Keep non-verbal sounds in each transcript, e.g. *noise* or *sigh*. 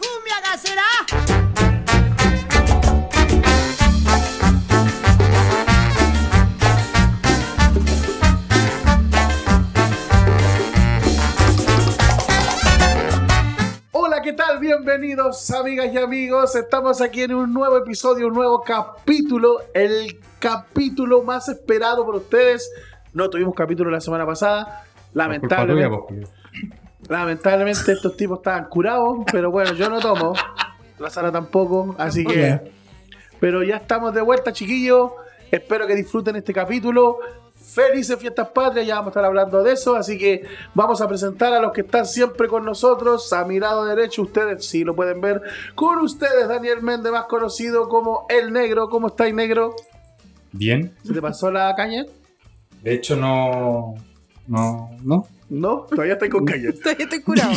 cumbia nacerá. Hola, ¿qué tal? Bienvenidos, amigas y amigos. Estamos aquí en un nuevo episodio, un nuevo capítulo, el capítulo más esperado por ustedes. No tuvimos capítulo la semana pasada, lamentablemente. Lamentablemente estos tipos estaban curados, pero bueno, yo no tomo. La Sara tampoco, así que... Pero ya estamos de vuelta, chiquillos. Espero que disfruten este capítulo. Felices fiestas patrias, ya vamos a estar hablando de eso, así que vamos a presentar a los que están siempre con nosotros, a mi lado derecho, ustedes sí lo pueden ver, con ustedes Daniel Méndez, más conocido como El Negro, ¿cómo estáis Negro? Bien. ¿Se te pasó la caña? De hecho, no. No, no. No, todavía estáis con caña. Todavía estoy curado.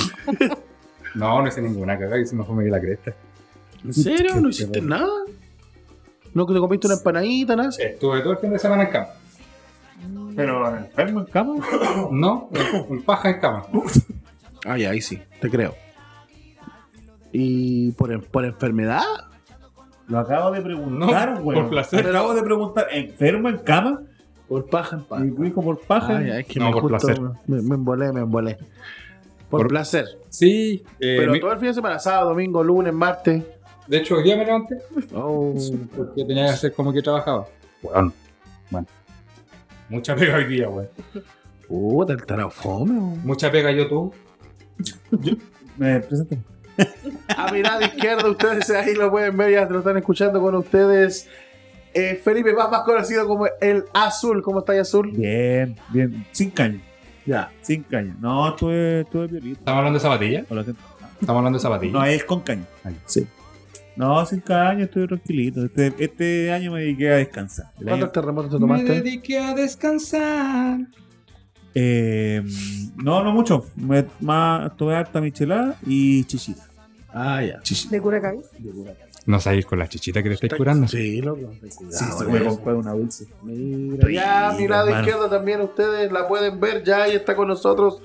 No, no hice ninguna cagada y se me fue medio la cresta. ¿En serio? ¿No hiciste nada? ¿No que te comiste una empanadita, nada? Estuve todo el fin de semana en cama. Pero eh, enfermo en cama. No, en paja en cama. Ah, ya, ahí sí, te creo. ¿Y por, en- por enfermedad? Lo acabo de preguntar, No, weón. por placer. Lo acabo de preguntar. ¿Enfermo en cama? Por paja en Y dijo por paja. Ah, ya, es que No, me, por justo- placer. me, me embolé, me embolé. Por, Por- placer. Sí, eh, Pero mi- todo el fin de semana, sábado, domingo, lunes, martes. de hecho, hoy día me levanté Oh, porque tenía que hacer como que trabajaba. Bueno, bueno. Mucha pega hoy día, weón. puta, el Oh, tarao fome, oh. weón. Mucha pega yo tú. Me presento. A mi lado izquierdo, ustedes ahí lo pueden ver, ya lo están escuchando con ustedes. Eh, Felipe Paz, más conocido como el Azul. ¿Cómo está ahí, Azul? Bien, bien. Sin caña. Ya. Sin caña. No, estuve, estuve violito. ¿Estamos hablando de zapatillas? Hola, gente. Estamos hablando de No, zapatillas. es con caña. Sí. No, sin caña, estuve tranquilito. Este, este año me dediqué a descansar. El año- ¿Cuántos terremotos te me tomaste? dediqué a descansar. eh, no, no mucho. Me, más, tuve harta michelada y chichita. Ah, ya. ¿De Curacán? No sabéis con la chichita que te estáis curando. Sí, loco. ten cuidado, eh. comprar una dulce. Pero ya a mi lado hermano. izquierdo también ustedes la pueden ver, ya ahí está con nosotros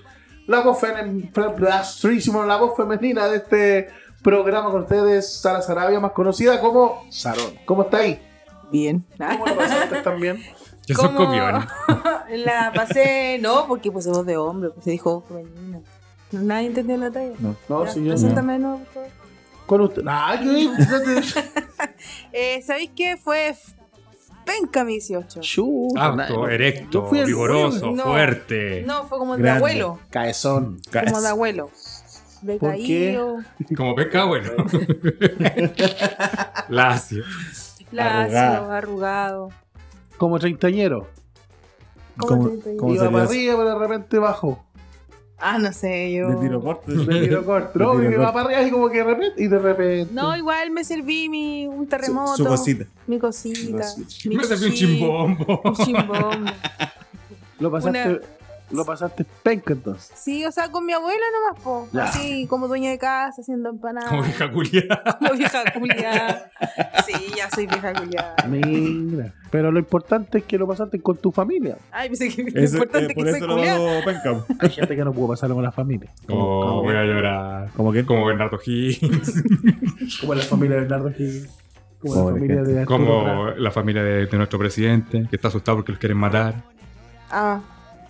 la voz, fene- fe- blastrísimo, la voz femenina de este programa con ustedes, Sara Sarabia, más conocida como Sarón. ¿Cómo está ahí? Bien. ¿Cómo lo *laughs* pasaste también? Yo soy ¿Cómo? copión. La pasé, no, porque puse voz de hombre, pues se dijo femenina. Nadie entendió la talla. No. No, Ya, sí, yo preséntame de nuevo, por favor. con usted. Ah, yo *laughs* Eh, ¿Sabéis qué? Fue f- penca mi 18. Chuta, Ah, Alto, nadie- Ah, erecto, Yo fui al- vigoroso, No. fuerte. No, fue como de Grande. abuelo. Caezón. Como de abuelo. De ¿Por qué? caído. *laughs* Como pescado, bueno. *laughs* Lacio. Lacio, Arrugado. arrugado. Como treintañero. ¿Cómo ¿Cómo, te entendí? cómo Iba se para le arriba, pero de repente bajó. Ah, no sé, yo. de tiro corto. De *laughs* tiro corto. De No, tiro y iba corto. para arriba y como que de repente. Y de repente. No, igual me serví mi, un terremoto. Su, su cosita. Mi cosita. mi Me salió un chi- *laughs* chimbombo. Un chimbombo. lo pasaste. una- Lo pasaste penca entonces. Sí, o sea, con mi abuela nomás, po. Ya. Así, como dueña de casa, haciendo empanadas. Como vieja culiada. Como vieja culiada. Sí, ya soy vieja culiada. Mira, pero lo importante es que lo pasaste con tu familia. Ay, pensé que lo Eso, importante eh, que por soy eso lo culiada. hago penca. Hay gente que no pudo pasarlo con la familia. Como, Oh, como- voy a llorar. Como que Como Bernardo *laughs* Gil. como la familia de Bernardo Higgins, como la Pobre familia gente. de Arturo Prat. Como la familia de, de nuestro presidente, que está asustado porque los quieren matar. Ah,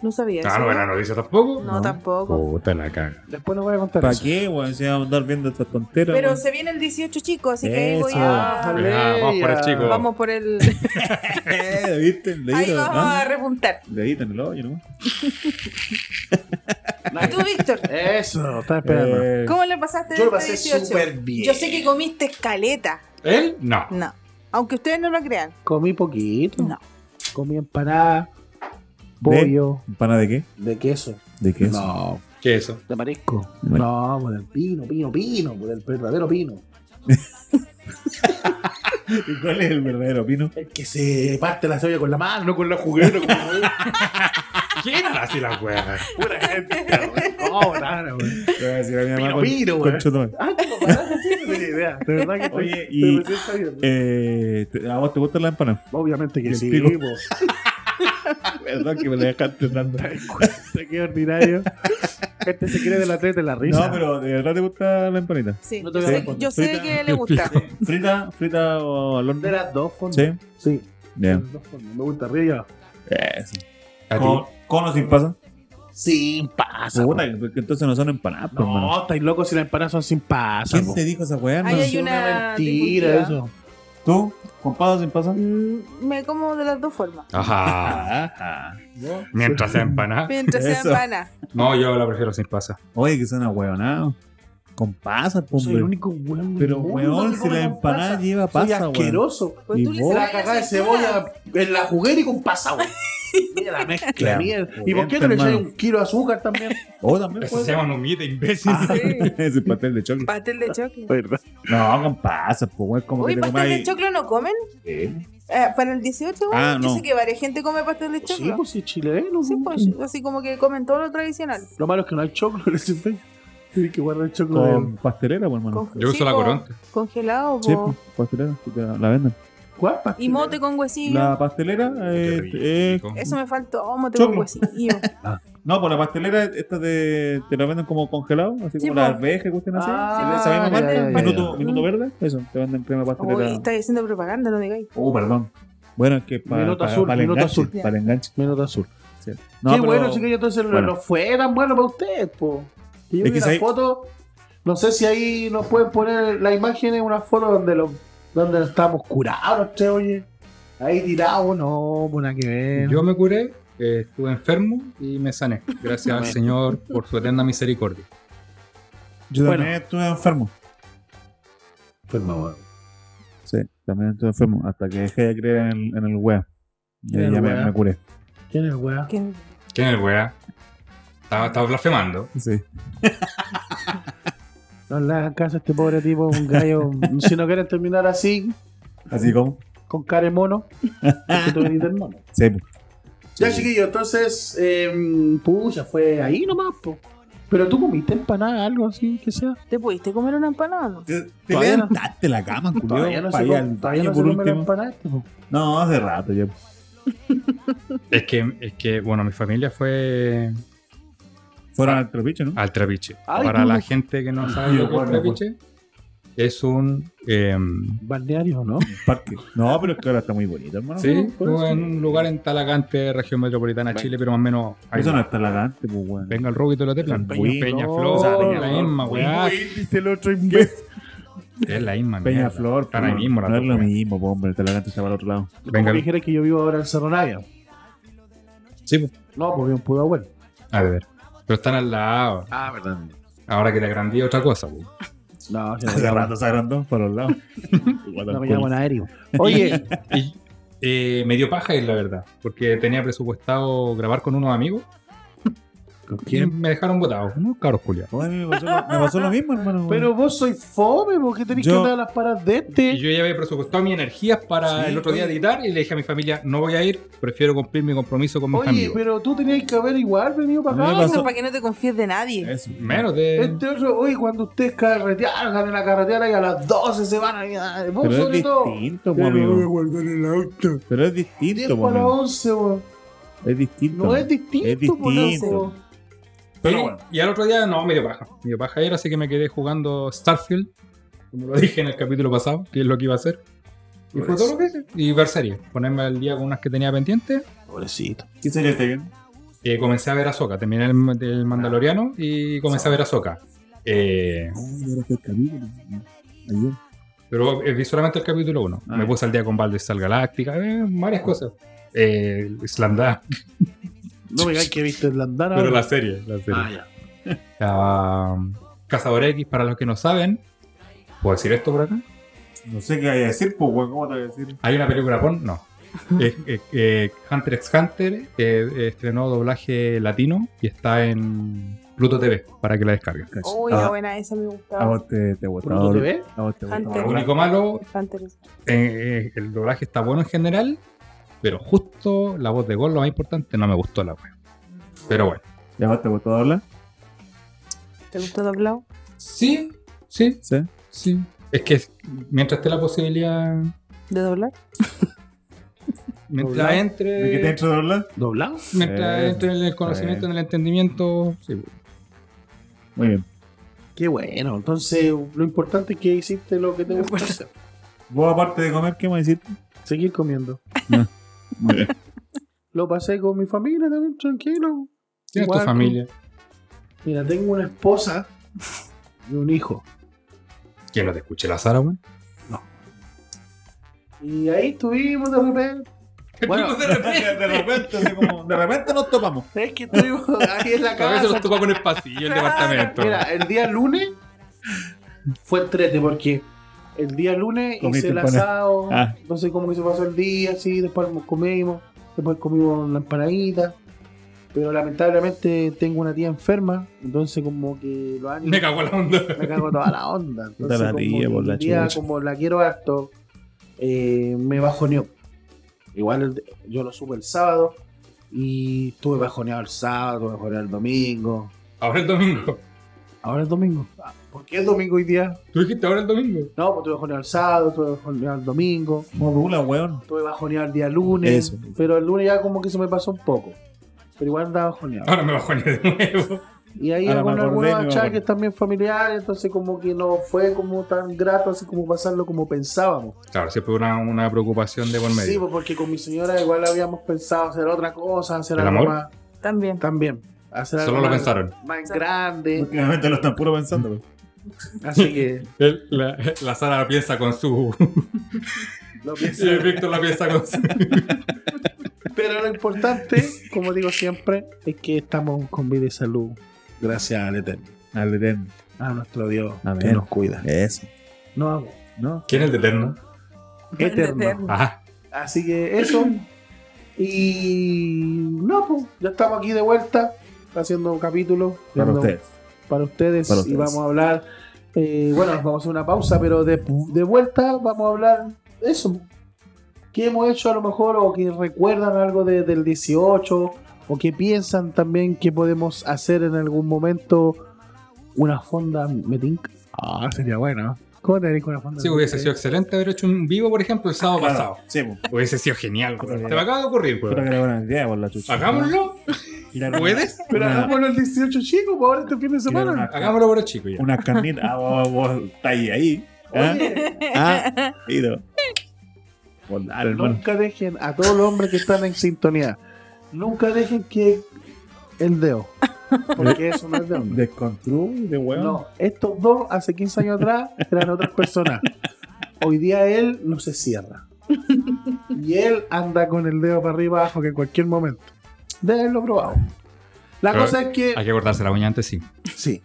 no sabía Ah, eso. no era noticia tampoco. No, tampoco. Oh. Puta la caga. Después les voy a contar ¿Para eso. qué, weón? Se van a andar viendo estas tonteras. Pero weón. se viene el 18, chicos, así que ahí voy Eso. a... Ah, Ah, vamos por el chico. Vamos *laughs* por el... *laughs* Eh, ¿Viste? Le Ahí dieron, vamos ¿no? a repuntar. Le dieron el hoyo, ¿no? ¿Y *laughs* tú, Víctor? Eso, estaba esperando. Eh, ¿Cómo le pasaste Yo lo este pasé 18? súper bien. Yo sé que comiste escaleta. ¿Él? No. No. Aunque ustedes no lo crean. Comí poquito. No. Comí empanada, pollo, ¿Pana de qué? de, queso. ¿De qué es? No, ¿Qué es eso? de marisco. Bueno. No, por el pino, pino, pino, por el verdadero pino. *laughs* ¿Y cuál es el verdadero pino? El que se parte la cebolla con la mano, no con la juguera. ¿Quién era así la wea? *laughs* Pura gente, cabrón. No, raro, güey. Le voy a decir a mi Pino, mamá con- pino, con weón. chuto, weón. Ah, ¿te comparaste? Sí, no tenía idea. De verdad que estoy- Oye, y- estoy recién sabiendo. *laughs* Eh, ¿te- ¿A vos te gustan las empanadas? *laughs* Obviamente que el sí. pico. po. Perdón que me lo dejaste tanto. Qué ordinario. Este se cree de la tele de la risa. No, pero de verdad te gusta la empanita. Sí, No te voy yo a sé- responder. yo sé Frita. que le gusta. ¿Frita? ¿Frita o al De horno? las dos formas. Sí. Sí. de Bien. las dos formas. Me gusta arriba y abajo. Eh, sí. ¿A ti? ¿Con, con o sin pasa? Sin pasa. Puta, porque entonces no son empanadas, pues, hermano. No, estáis locos si las empanadas son sin pasa. ¿Quién po. te dijo esa weá? Ahí hermano? hay una mentira disyuntiva. eso. ¿Tú? ¿Con pasa o sin pasa? Mm, Me como de las dos formas. Ajá. Ajá. Mientras sea empanada. *laughs* Mientras sea Eso. empana. No, yo la prefiero sin pasa. Oye, que suena weonado. Con pasa, pues, Soy el hombre. único weón. Pero, del mundo weón, que si come la con empanada pasa. lleva Soy pasa, weón. asqueroso. ¿Y Pues tú le vos? sacas La cagada de cebolla en la juguera y con pasa, *laughs* weón. Mira la mezcla, Claro. mierda. ¿Y Bien, por qué no le echáis hermano. un kilo de azúcar también? O Oh, también *laughs* Eso puede se ser. llama humita, imbécil. Ah, Sí, *laughs* Ese pastel de choclo. pastel de choclo. ¿Verdad? No, con pasa, pues, weón. Como Uy, que te pastel de comáis. choclo no comen. pues Sí. Eh, para el 18, güey, Ah, yo no. sé que varia gente come pastel de Sí, choclo. pues sí, chileno. Sí, pues, así como que comen todo lo tradicional. Lo malo es que no hay choclo en ese país. *laughs* Tienes que guardar el choclo. de- Con pastelera, pues, hermano. Conge- Yo uso sí, la po, coronta. Congelado, po. Sí, pues, pastelera. sí, te La, la venden. ¿Cuál pastel? Y mote con huesillo. La pastelera Qué eh, rico. eh, Eso me faltó, mote Choclo. con huesillo. No, pues la pastelera esta de, te la venden como congelado, así Sí, como po. las arvejas que cuestan así. Ah, esa misma ya, marca, ya, ya, minuto, ya. minuto verde, eso, te venden crema Uy, pastelera. estás haciendo propaganda, no digáis. Oh, perdón. Bueno, es que para Minuto azul, el minuto enganche, azul. para el enganche. Menos azul. No, Qué pero- bueno, chicos, y entonces no- bueno. no fue tan bueno para ustedes, po. Que yo Es vi que la si hay- foto, no sé si ahí nos pueden poner la imagen en una foto donde lo, donde estábamos curados, che, oye. Ahí tirados, no, pues nada que ver. Yo me curé, eh, estuve enfermo y me sané. Gracias al Señor por su eterna misericordia. Yo Bueno. también estuve enfermo. Enfermo, Sí, también estuve enfermo. Hasta que dejé de creer en el, en el wea. Y En ahí el ya wea. me, me curé. ¿Quién es, weá? ¿Quién? ¿Quién es el weá? ¿eh? Estaba, estaba blasfemando. Sí. No le hagan caso a este pobre tipo, un gallo. *laughs* si no quieren terminar así, Así como. con cara de mono, es que tú venís del mono. Sí, po. Ya, chiquillo, entonces, eh, pucha, fue ahí nomás, po. Pero tú comiste empanada, algo así, que sea. ¿Te pudiste comer una empanada? no? Te, te Todavía no- levantaste la cama, culiao, Todavía no pa' se ir come- al todavía no baño se por come la último. empanada, este, po. No, hace rato ya. Es que, es que, bueno, mi familia fue Fueron al tropicho, ¿no? al trapiche. Ay, Para no. la gente que no sabe lo que es bueno, pues. trapiche, es un... em, Balneario, *laughs* ¿no? parque. No, pero es que ahora está muy bonito, hermano. Ah, pues, Sí, Por eso. estuve en un lugar en Talagante, región metropolitana de Ven. Chile, pero más o menos. ahí. Eso no está halagante, pues, weón. Venga el robo y todo lo teplan. Peña- no, Peñaflor, Peña no, la misma, weá. Dice el otro imbécil. Es la misma. mierda. Peñaflor, Están ahí pues, mismo, las No es dos, lo weón. mismo, pues, hombre. El talagante está para el otro lado. Venga, Como dijera que yo vivo ahora en Cerro Navia. sí, pues. No, porque un pudo abuelo. a ver. Pero están al lado. Ah, verdad. Ahora que te agrandí otra cosa, pues. No, yo no me Hace llamo, rato se agrandó para los lados. *laughs* no me llamo en *laughs* aéreo. Oye, Y eh, me dio paja, es la verdad. Porque tenía presupuestado grabar con unos amigos. ¿con Y me dejaron botado. Unos caros culiados. Oye, me, pasó lo, me pasó lo mismo, hermano. *laughs* Pero vos sois fome, ¿por qué tenés que Yo- andar a las paras de Y este? yo ya había presupuestado mis energías para Sí, el otro día oye. editar y le dije a mi familia, no voy a ir, prefiero cumplir mi compromiso con mis Oye, amigos. pero tú tenías que haber igual venido A para mí me acá. pasó- Eso para que no te confíes de nadie. Eso. Menos de... Este otro, oye, cuando ustedes carretearon, salen a carretear y a las 12 se van a Vos Pero es sobre todo. distinto, pues, amigo. guardar el auto. Pero es 10 distinto, pues, para las amigo. 11, weón. Es distinto. No es distinto, Es po, distinto. loco. Pero y, bueno. y al otro día, no, medio paja. Medio paja era, así que me quedé jugando Starfield, como lo dije en el capítulo pasado, que es lo que iba a hacer. Y fue todo lo que hice. Y ver series. Ponerme al día con unas que tenía pendientes. Pobrecito. ¿Qué sería este bien? Eh, comencé a ver Ahsoka. Terminé el, el Mandaloriano y comencé a ver Ahsoka. Eh, Ay, ahora fue el este capítulo. Ayer. pero eh, vi solamente el capítulo 1. Ah, me ya. puse al día con Baldessal Galáctica, eh, varias cosas. Eh, Islandá. No me digas que viste el Landana. *laughs* Pero weón. la serie, la serie. Ah, ya. Ah, Cazador X, para los que no saben. ¿Puedo decir esto por acá? No sé qué hay a decir, pues, weón. ¿Cómo te voy a decir? ¿Hay una película porno? *laughs* No. Eh, eh, eh, Hunter x Hunter eh, eh, estrenó doblaje latino y está en Pluto TV para que la descarguen. Uy, Ah. la buena esa me A gustaba. vos te, te ¿Pronto gustaba. te ves? A vos te gustaba. Antes. Lo único malo, Bastante interesante. eh, eh, el doblaje está bueno en general, pero justo la voz de Gol, lo más importante, no me gustó la wea. Pero bueno. ¿Y a vos te gustaba hablar? ¿Te gustó doblado? Sí, sí, Sí. sí. Es que es- mientras esté la posibilidad, ¿De doblar? Mientras entre. ¿De qué te entro de hablar? ¿Doblado? Mientras Sí, entre en el conocimiento, en el entendimiento. sí. Muy bien. Qué bueno. Entonces, lo importante es que hiciste lo que te gusta hacer. Vos, aparte de comer, ¿qué me decís? Seguir comiendo. Muy bien. Lo pasé con mi familia también, tranquilo. Tienes Igual tu que- familia. Mira, tengo una esposa y un hijo. Que no te escuche la Sara, weón. Y ahí estuvimos de *laughs* repente. Bueno, de repente. *laughs* de repente, así como, de repente nos topamos. es que estuvimos aquí en la A veces casa. nos topa con el pasillo, el Claro. departamento. Mira, el día lunes fue entrete porque el día lunes hice Comiste el empanada. asado. Ah. Entonces, como que se pasó el día, así. Después nos comimos. Después comimos la empanadita. Pero lamentablemente tengo una tía enferma. Entonces, como que los ánimos. Me cago en la onda. me cago toda la *laughs* onda. Entonces, Puta la como, tía, que por un la día, chucha. como la quiero harto, eh, me bajoneó. Igual yo lo supe el sábado y estuve bajoneado el sábado, estuve bajoneado el domingo. Ahora el domingo. Ahora es domingo. Ah, ¿Por qué es domingo hoy día? ¿Tú dijiste ahora el domingo? No, pues estuve bajoneado el sábado, estuve bajoneado el domingo, Modula, weón. estuve bajoneado el día lunes. Eso. Pero el lunes ya como que se me pasó un poco. Pero igual andaba bajoneado. Ahora me bajo de nuevo. Y ahí Ahora me con acordé, algunos me acordé. achaques también familiares, entonces como que no fue como tan grato, así como pasarlo como pensábamos. Claro, siempre una, una preocupación de por Sí, medio. pues, porque con mi señora igual habíamos pensado hacer otra cosa, hacer ¿El algo amor? más También. también. Hacer Solo algo lo más, pensaron. más *laughs* grande. Últimamente lo están puro pensando, weón. Así que El- la, la Sara piensa con su. lo y *laughs* el pienso. Víctor la piensa con su. Pero lo importante, como digo siempre, es que estamos con vida y salud. Gracias al Eterno. Al eterno. A nuestro Dios. Amén. Que nos cuida. Eso. No amo. ¿No? ¿Quién es el de Eterno? Eterno. Ajá. Así que eso. Y no, pues, ya estamos aquí de vuelta, haciendo un capítulo. Para viendo- ustedes. para ustedes Para y ustedes. vamos a hablar. eh, bueno, vamos a hacer una pausa, pero de, de vuelta vamos a hablar de eso. ¿Qué hemos hecho a lo mejor o que recuerdan algo de- del 18 o que piensan también que podemos hacer en algún momento una fonda meeting? Ah, sería bueno. ¿Cómo te harías con una fonda? Sí, hubiese sido excelente haber hecho un vivo, por ejemplo, el sábado Claro, pasado. Sí, weón. Hubiese sido genial, Pero- weón. Te me acaba de ocurrir, Puta weón. que era buena idea, por pues, la chucha. Hagámoslo. Tirar una- ¿Puedes? Pero una- hagámoslo el 18, chicos, por ahora este fin de tirar semana. una- Hagámoslo por el chico ya. Unas carnitas. Ah, vos, vos estáis ahí. ¿Ah? Oye, Ah, ido. Volar, hermano. Nunca dejen a todos los hombres que están en sintonía, nunca dejen que el dedo, porque eso no es de hombre. Descontrol de weón. No, estos dos hace 15 años atrás eran otras personas. Hoy día él no se cierra. Y él anda con el dedo para arriba abajo que en cualquier momento. Debe haberlo probado. La Pero- cosa es que. Hay que cortarse la uña antes, sí. Sí.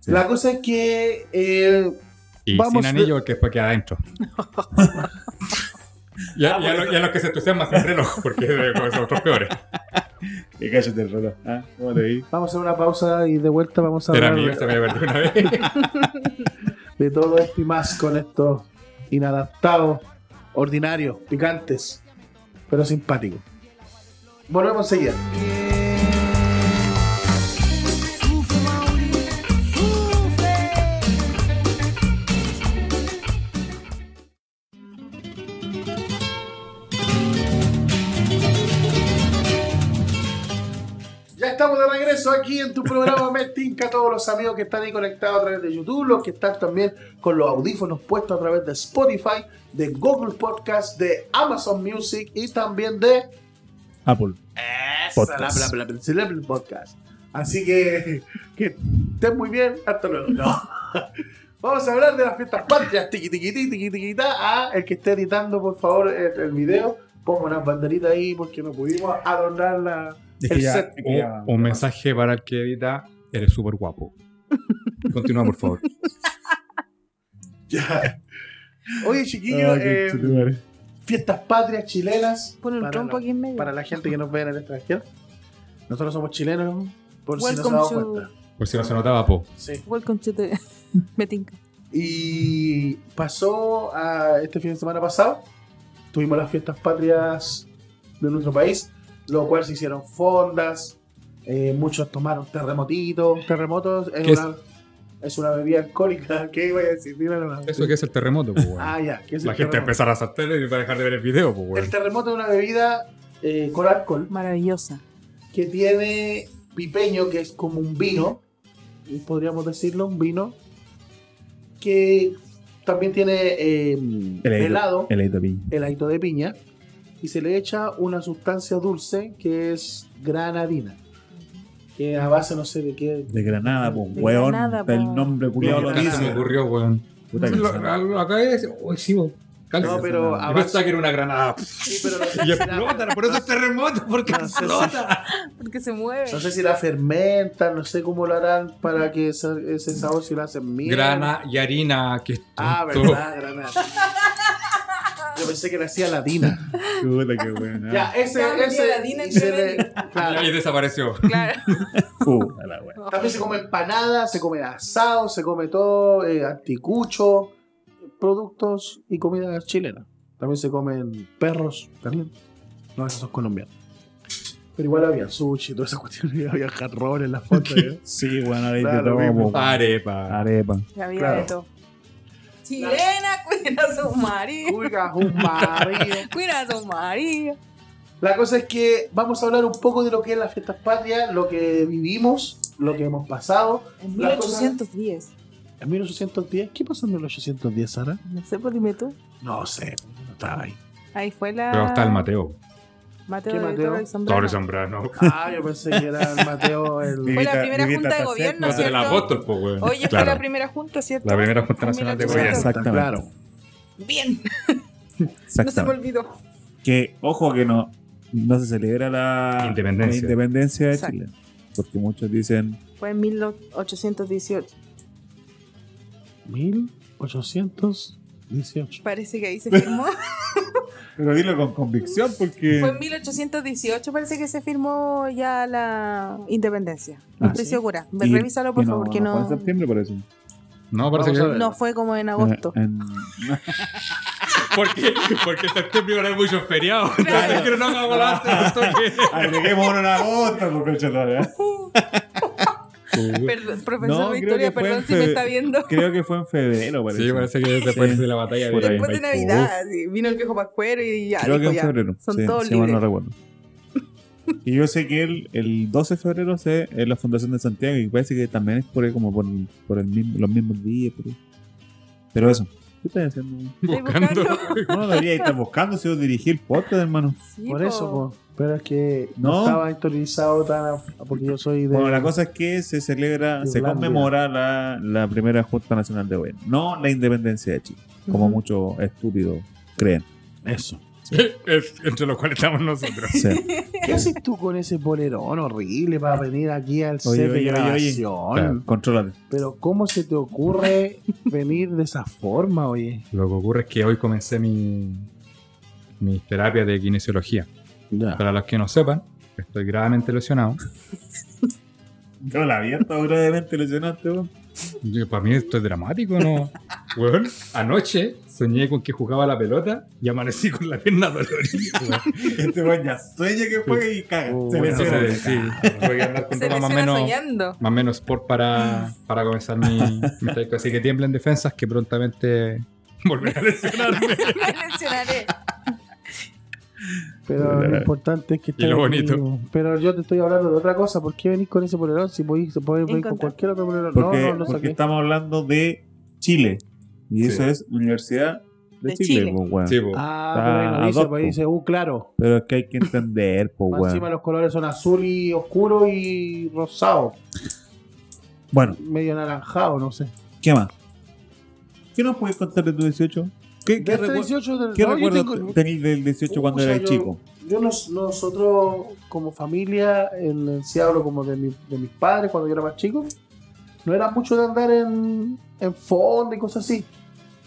Sí. La cosa es que. eh, Y Vamos sin anillo, que después queda adentro. *laughs* ya, ya, lo- ya los que se entusiasman se reloj, porque pues, son los *laughs* peores. Que cállate el reloj. ¿Ah? ¿Cómo te vi? vamos a hacer una pausa y de vuelta vamos a Era hablar mío, se me había perdido una *laughs* vez. de todo esto y más con estos inadaptados, ordinarios, picantes, pero simpáticos. Volvemos enseguida. Ya estamos de regreso aquí en tu programa *laughs* Me Tinca. Todos los amigos que están ahí conectados a través de YouTube, los que están también con los audífonos puestos a través de Spotify, de Google Podcast, de Amazon Music y también de Apple. esa, Podcast. la, la, la, la, Celebrity Podcast. Así que *laughs* que estén muy bien. Hasta luego. No. *laughs* Vamos a hablar de las fiestas patrias. Tiqui, tiqui, tiqui, tiqui, tiquita. Ah, el que esté editando, por favor, el, el video, ponga unas banderitas ahí porque no pudimos adornar la. Es El que ya. set. es que ya- Un mensaje para el que edita, eres súper *laughs* guapo. Continúa, por favor. *laughs* Ya. Oye, chiquillos, Ah, qué eh, chutumare. fiestas patrias chilenas. Pon el para trompo la- aquí en medio. para la gente que nos ve en el extranjero. Nosotros somos chilenos, por si no se Welcome han dado to- cuenta. Por pues, si no se notaba, po. Sí. Welcome to the... *laughs* Me tinca. Y pasó a este fin de semana pasado. Tuvimos las fiestas patrias de nuestro país, lo cual se hicieron fondas. eh, muchos tomaron terremotitos, terremotos. es ¿Qué es? una- Es una bebida alcohólica. *laughs* ¿Qué iba a decir? Dime nomás. Eso que es el terremoto, pues, weón. Ah, ya. ¿qué es La el gente va a terremoto? empezar a saltar y va a dejar de ver el video, pues, weón. El terremoto es una bebida eh, con alcohol Maravillosa. que tiene pipeño, que es como un vino, y podríamos decirlo, un vino, que también tiene eh, helado, El Eito Piña. heladito de piña, y se le echa una sustancia dulce que es granadina, que es a base no sé de qué. De Granada, pues, De weón. Granada, está el po. nombre culiado Mira, lo Nunca se me dice. ocurrió, weón. Puta que Lo- se- lo- Acá es. Uy, Oh, sí, weón. Calza. No, pero a Yo base, pensaba que era una *laughs* granada. sí, pero *laughs* no sé Y si la- explota, por eso es terremoto, porque No sé si- explota. Porque se mueve. no sé si la fermentan, no sé cómo lo harán para que esa- ese sabor si lo hacen miel. Grana y harina, que es Ah, tonto. verdad, granada. Yo pensé que le hacía latina. Puta que weón. Ya, ah. Ya, ese, metía ese. la Dina y en se Clemen. le- *laughs* claro. Y ahí *laughs* desapareció. Claro. Puta la weón. También se come empanada, se come asado, se come todo, eh, anticucho, productos y comida chilena. También se comen perros, también. No, esos son colombianos. Pero igual había sushi, todas esas cuestiones, *laughs* había jarrón en la foto. ¿eh? Sí, weón, ahora Da te lo mismo. tomo. Arepa. Arepa. La vida Claro. de todo. Chilena, cuida a su marido. Oiga, un marido. Cuida a su marido. La cosa es que vamos a hablar un poco de lo que es las fiestas patrias, lo que vivimos, lo que hemos pasado. En La cosa- 1810. En 1810, ¿qué pasó en 1810, Sara? No sé, pues dime tú. No sé, no estaba ahí. Ahí fue la. Pero está el Mateo. Mateo ¿Qué de Mateo? Torres Zambrano. Torres Zambrano. Ah, yo pensé que era el Mateo el. Fue la Vivita- Vivita primera junta de está gobierno, cerca. Entonces el ¿cierto? apóstol, pues, weón. Oye, fue Claro. la primera junta, ¿cierto? La primera Junta Nacional de Gobierno. Exactamente. Claro. Bien, no se me Exactamente. olvidó. que, ojo, que no, no se celebra la Independencia. la independencia de Exacto. Chile. Porque muchos dicen, Fue en 1818. 1818. Parece que ahí se firmó. pero dilo con convicción Fue porque en 1818, parece que se firmó ya la independencia. No Ah, estoy ¿sí? segura. Ve, Y- Revísalo, por y favor, fue que en no. septiembre Eh, por eso. No, parece Vamos a que. ver. No fue como en agosto. En- *laughs* ¿Por qué? Porque septiembre van a haber muchos feriados. Claro. Pero no hagamos la *laughs* Agreguemos uno en agosto, por conchetumare. *laughs* Perdón, No, profesor de creo historia, que fue perdón en si me fe- está viendo. Creo que fue en febrero, parece. Sí, parece que después Sí. de la batalla *laughs* Por ahí. de. Después de Navidad, sí, vino el viejo Pascuero y ya. Creo que dijo en ya. febrero. Son sí, todos sí, mal libres. no recuerdo. Y yo sé que el, el 12 de febrero se- es la Fundación de Santiago y parece que también es por ahí como por, por el mismo- los mismos días. por ahí. Pero eso. ¿Qué estás haciendo? Estoy Buscando. No debería estar buscando si yo dirigí el podcast, hermano. *laughs* Sí, Por po. eso, po. pero es que no, No. estaba actualizado tan. a- Porque yo soy de. Bueno, la cosa es que se celebra, se Irlanda. conmemora la, la primera Junta Nacional de Gobierno, no la independencia de Chile, como Ujú. muchos estúpidos creen. Eso. *laughs* Es- Entre los cuales estamos nosotros. O sea, ¿Qué haces tú con ese bolerón horrible para venir aquí al set de Oye, oye, oye, oye. grabación? claro, contrólate. Pero ¿cómo se te ocurre venir de esa forma, oye? Lo que ocurre es que hoy comencé mi, mi terapia de kinesiología. Ya. Para los que no sepan, estoy gravemente lesionado. Yo la había estado gravemente lesionante, weón. Yo, para mí esto es dramático, ¿no? Weón, anoche soñé con que jugaba la pelota y amanecí con la pierna dolorida. weón. Este weón ya sueña que juega y caga. Oh, se bueno, lesiona. Entonces, sí, voy a hablar con Se Roma más o lesiona menos, *laughs* soñando. *laughs* más o menos por para, para comenzar mi, mi trayecto. Así que tiemblen defensas que prontamente *laughs* volveré a lesionarme. Me mencionaré. Pero lo importante es que Y lo estés aquí. bonito. Pero yo te estoy hablando de otra cosa. ¿Por qué venís con ese bolerón? Si podéis podéis venir con Encontrar. cualquier otro bolerón. Porque, no, no, lo porque saqué. estamos hablando de Chile. Y Sí. eso es Universidad de, De Chile, Chile. pues, weón. Sí, po. Ah, Está pero ahí lo dice, adopto. pues dice, uh, claro. Pero es que hay que entender, pues, Más weón. Encima los colores son azul y oscuro y rosado, Bueno, medio anaranjado, no sé. ¿qué más? ¿Qué nos puedes contar de tu 18? ¿Qué, qué Desde recuerdo- 18 este del- ¿Qué no, yo recuerdos tengo- tenéis del 18 Uh, cuando o sea, erais yo- *laughs* chico? Yo nos- nosotros como familia, en el sí hablo como de, mi- de mis padres cuando yo era más chico, no era mucho de andar en, en fondo y cosas así.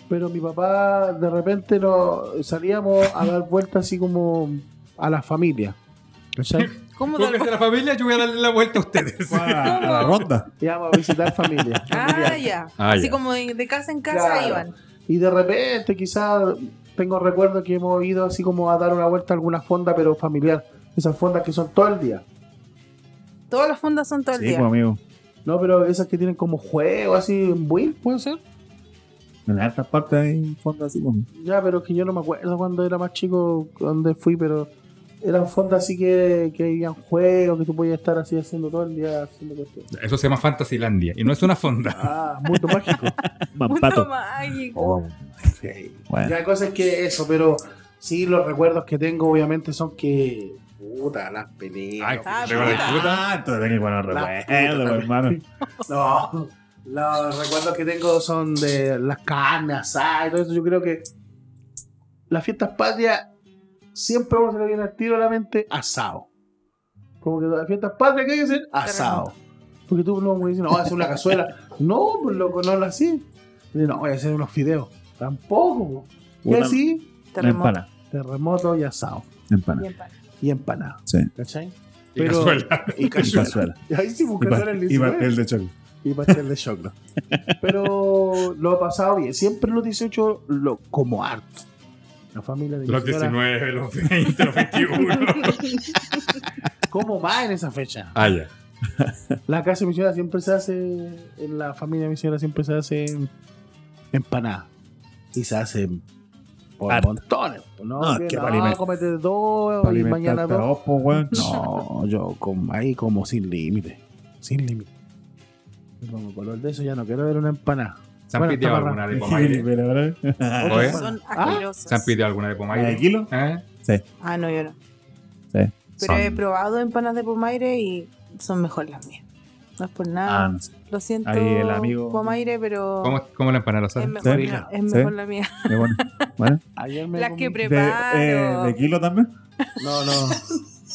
Pero mi papá de repente no, salíamos a dar vueltas así como a la familia. *laughs* ¿cachai? ¿Cómo Como tal? que sea la familia, yo voy a darle la vuelta a ustedes. Fue A, a la ronda. Íbamos a visitar familia. Ah, familiares. ya. Ah, Así ya. como de, de casa en casa Claro. iban. Y de repente quizás tengo recuerdo que hemos ido así como a dar una vuelta a alguna fonda, pero familiar. Esas fondas que son todo el día. Todas las fundas son todo el Sí, día. pues, amigo. No, pero esas que tienen como juego, así, en Wii, puede ser. En altas partes hay fondas así *laughs* como. Ya, pero que yo no me acuerdo cuando era más chico, dónde fui, pero eran fondas así que, que habían juegos, que tú podías estar así haciendo todo el día haciendo cuestiones. *laughs* Eso se llama Fantasylandia y no es una fonda. Ah, mundo mágico. Mampato. mágico. Oh, Bueno. La cosa es que eso, pero sí, los recuerdos que tengo obviamente son que. Puta, las Ay, peleas. Ah, recuerda puta. que puta. Ah, tú tenés buenos recuerdos, hermano. No, los recuerdos que tengo son de las carnes asadas y todo eso. Yo creo que las fiestas patrias siempre a uno se le viene al tiro a la mente asado. Como que las fiestas patrias, ¿qué hay que hacer? Asado. Porque tú no me dices, no, voy a hacer una cazuela. No, pues loco, no lo así. No, voy a hacer unos fideos. Tampoco. po. Y Una- así, Una Terremoto. empana. terremoto y asado. Una empana. Y empate. Y empanado. Sí. ¿Cachai? Y cazuela. Y Y cazuela. cazuela. Y ahí sí Y, buscan pa- hacer el y liceo. pastel de chocolate. y pastel de *laughs* choclo. Pero lo ha pasado bien. Siempre los 18 lo como harto. La familia de mi Los señora 19, los 20, los 21. *laughs* como más en esa fecha. ah, ya. La casa de mi señora siempre se hace, en la familia de mi señora siempre se hace empanada. Y se hace por Harta. montones. pues, No, No, que que no, para aliment- cómete dos Para y alimentar mañana dos. tarot, *laughs* po, weón. No, yo como, ahí como sin límite. Sin límite. Yo Como color de eso ya no quiero ver una empanada. ¿Se han Bueno, piteado está para- alguna de Sí, Pomaire? pero *laughs* ahora- Oye. Son Ah, asquerosos. ¿Se han piteado alguna de ¿La *laughs* de Pomaire? kilo? ¿Eh? Ah, no, yo no. Sí. Pero Son- he probado empanadas de pomaire y son mejor las mías. No es por nada. Ah, no sé. Lo siento, ahí el amigo- pomaire, pero ¿Cómo, cómo la empanada? es ¿sabes? mejor, Sí. la, Sí. es mejor la mía. Qué bueno. Bueno. Ayer me Las comí- que De, preparo. *laughs* eh, ¿De kilo también? No, no.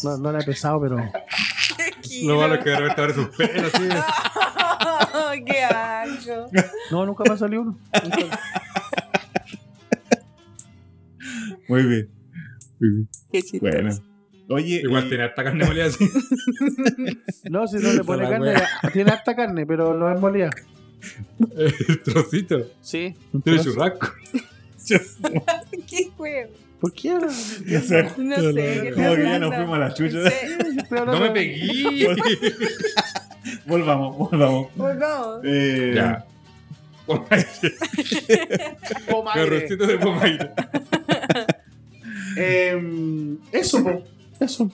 No, no la he pesado, pero. *laughs* Lo malo es que de repente abre sus pelos así. *laughs* ¡Qué asco! No, nunca me ha salido uno. Nunca- Muy bien. Muy bien. ¡Qué chistoso! Bueno. Oye, Igual eh, tiene harta carne molida así. No, si no le pone Esa la carne. Tiene harta carne, pero no es molida. El trocito. Sí. Tiene churrasco. ¡Qué juego! ¿Por qué? ya sé, No sé. ¿qué Como que tal ya nos onda? fuimos a la chucha. Sí. No me peguí. *laughs* Volvamos, volvamos. Volvamos. Eh, *laughs* ya. Pomaire. Carrocito de Pomaire. Eh, eso, po. Eso.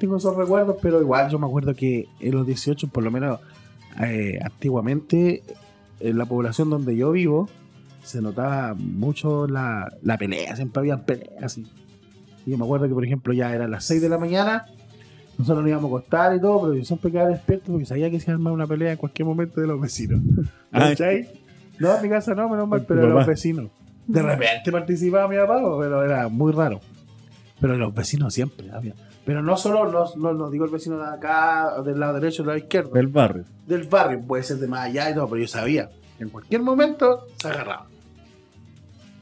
Tengo esos recuerdos, pero igual yo me acuerdo que en los 18, por lo menos eh, antiguamente, en la población donde yo vivo, se notaba mucho la, la pelea, siempre había peleas. Y, y yo me acuerdo que, por ejemplo, ya eran las 6 de la mañana, nosotros nos íbamos a acostar y todo, pero yo siempre quedaba despierto porque sabía que se iba a armar una pelea en cualquier momento de los vecinos. ay, ¿Cachai? No, en mi casa no, menos mal, Con tu pero papá. los vecinos. De repente participaba mi papá, pero era muy raro. Pero los vecinos siempre había. Pero no solo, no, no, no digo el vecino de acá, del lado derecho, del lado izquierdo, del barrio. del barrio, puede ser de más allá y todo, pero yo sabía. En cualquier momento se agarraba.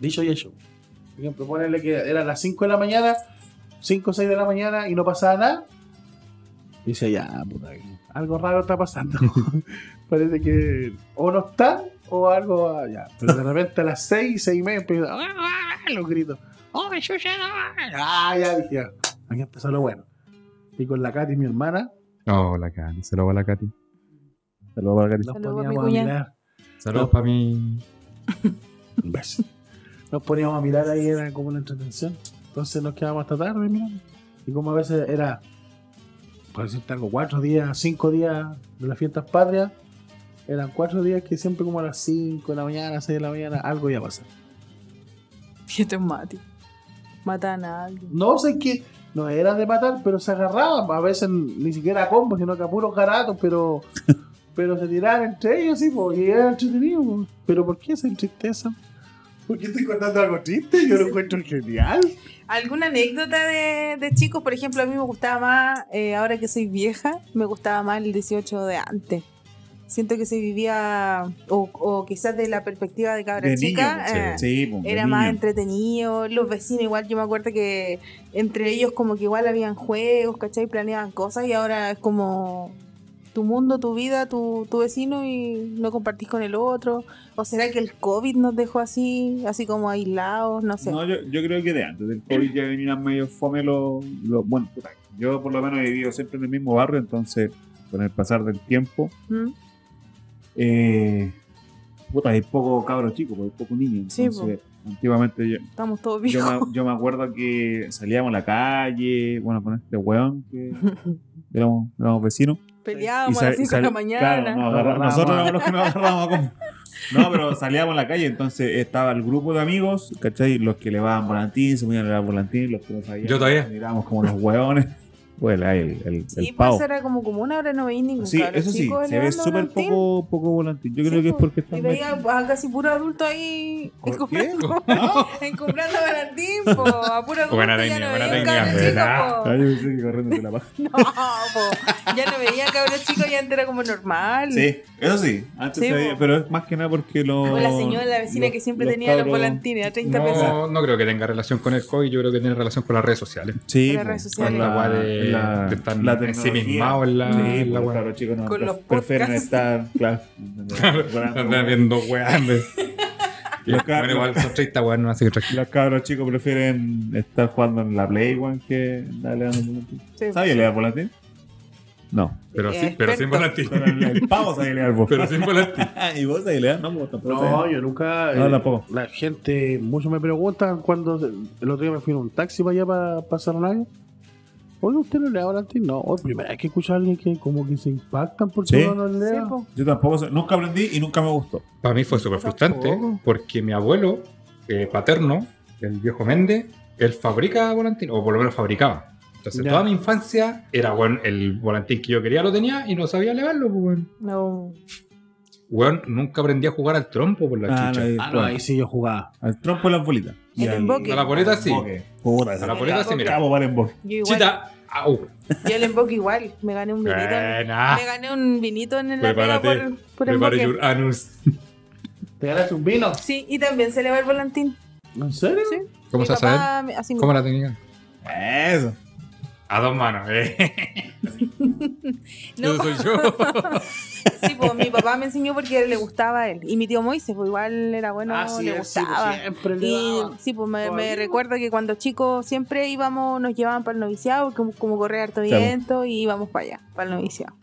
Dicho y hecho. Por ejemplo, ponerle que eran las 5 de la mañana, 5 o 6 de la mañana y no pasaba nada. Dice, ya, puta, algo raro está pasando. *laughs* Parece que o no están o algo allá. Pero de repente a las 6, 6 y media empieza, ¡Ah, ah", los gritos. ¡Oh, yo ya no! ¡Ah, ya! Dije, "Ya". aquí empezó lo bueno. Y con la Katy, mi hermana, No, Oh, la Katy. Saludos a la Katy. Saludos para Cari. nos Saludos, mi poníamos a cuñada. mirar. Saludos No. para mí. Un beso. Pues, Nos poníamos a mirar ahí, era como una entretención. Entonces nos quedábamos hasta tarde mirando. Y como a veces era, por decirte algo, cuatro días, cinco días de las fiestas patrias, eran cuatro días que siempre como a las cinco de la mañana, seis de la mañana, algo iba a pasar. Qué traumático. Matan a alguien. No sé qué, no era de matar, pero se agarraban, a veces ni siquiera a combos, sino que a puros garatos, pero, *laughs* pero se tiraban entre ellos, sí, po, y era entretenido. po. Pero ¿por qué esa tristeza? ¿Por qué estoy contando algo triste? Yo lo encuentro genial. ¿Alguna anécdota de, de chicos? Por ejemplo, a mí me gustaba más, eh, ahora que soy vieja, me gustaba más el 18 de antes. Siento que se vivía, o, o quizás de la perspectiva de cabra De chica, eh, niño. Sí, pues, de era más niño. entretenido. Los vecinos, igual, yo me acuerdo que entre ellos, como que igual habían juegos, ¿cachai? Planeaban cosas y ahora es como tu mundo, tu vida, tu, tu vecino y no compartís con el otro. ¿O será que el COVID nos dejó así, así como aislados? No sé. No, yo, yo creo que de antes del COVID ya venían medio fome los. los- bueno, puta, yo por lo menos he vivido siempre en el mismo barrio, entonces, por con el pasar del tiempo, ¿Mm? eh, puta, hay poco cabro chico, hay poco niño. Sí, pues. Entonces, antiguamente yo, Estamos yo todos viejos. me, yo me acuerdo que salíamos a la calle, bueno, con este weón *laughs* que éramos, éramos vecinos. Peleábamos a sa- las 5 Ah, de sal- la mañana. claro, nos agarra- Nos nosotros *laughs* agarramos. éramos los que nos agarrábamos a comer. No, pero salíamos a la calle, entonces estaba el grupo de amigos, ¿cachai? Los que le daban volantín, se ponían a levar volantín, los que no sabían. Yo todavía. Mirábamos como los hueones. Bueno, ahí el, el, el Sí, pues pavo. eso era como común, ahora no veis ningún Sí, cabro eso sí, chico se ve elevando súper volantín. poco, poco volantín. Yo creo Sí, que es po. porque Y están veía a casi puro adulto ahí ¿Por en qué? *laughs* *laughs* comprando, en comprando volantín, po. A puro adulto Buena ya técnica, no buena veía técnica, cabros ¿verdad? Ah, chicos, yo pensé que corriendo de la paja. po. No, po. Ya no veía cabros chicos, ya antes era como normal. Sí, eso sí. Antes Sí, se veía, po. pero es más que nada porque los. O la señora, la vecina los- que siempre los tenía los cabros- volantines a 30 pesos. No, no creo que tenga relación con el COVID, yo creo que tiene relación con las redes sociales. Sí, Con las po, redes sociales. con La weá de- de estar ensimismado en la- Sí, en la po, weá. claro, chicos, no, Con pre- los prefieren podcasts. estar. Claro. Andar viendo weas. de- Los Bueno, cabros- igual son 30 weas, no así que tranquilo. Los cabros chicos prefieren estar jugando en la Play One que darle a volantín. Sí. ¿Sabía leer volantín? No. Pero, Eh, sí, pero sin volantín. Pero el, el pavo sabía leer vos. Pero sin volantín. *laughs* ¿Y vos sabía leer? No, vos tampoco. sabías. No, yo nunca. eh, No, tampoco. La gente, muchos me preguntan cuando. El otro día me fui en un taxi para allá para pasar a nadie. Oye, ¿usted no le da volantín? No, hoy primera vez que escucho a alguien que como que se impactan porque Sí. uno no le Sí, da. po. Yo tampoco, sé- nunca aprendí y nunca me gustó. Para mí fue súper frustrante Tampoco. porque mi abuelo eh, paterno, el viejo Méndez, él fabrica volantín, o por lo menos fabricaba. Entonces, Ya. toda mi infancia era bueno, el volantín que yo quería lo tenía y no sabía elevarlo, pues, weón. No. Weón, nunca aprendí a jugar al trompo por la chucha. ahí, Ah, no, bueno, ahí sí yo jugaba. Al trompo y las bolitas. Y El al- emboque. A la boleta sí. emboque. Puta, A ese la boleta sí, mira. Cabo para el emboque. Yo igual. Chita. Au. Yo el emboque igual. Me gané un vinito. en- Buena. Me gané un vinito en el la pega Ah. Prepárate. por, por Prepare emboque. your anus. ¿Te ganaste un vino? Sí, y también se le va el volantín. ¿En serio? Sí. ¿Cómo Mi se hace? papá me- así me- ¿Cómo la tenía? Eso. A dos manos. eh. *laughs* No, Eso soy *laughs* yo. *laughs* sí, pues mi papá me enseñó porque a él le gustaba a él. Y mi tío Moisés, pues igual era bueno, ah, sí, le él sí, gustaba. siempre le Y daba. sí, pues me, Todavía. me recuerda que cuando chicos siempre íbamos, nos llevaban para el noviciado, como, como corría harto Claro. viento, y íbamos para allá, para el noviciado.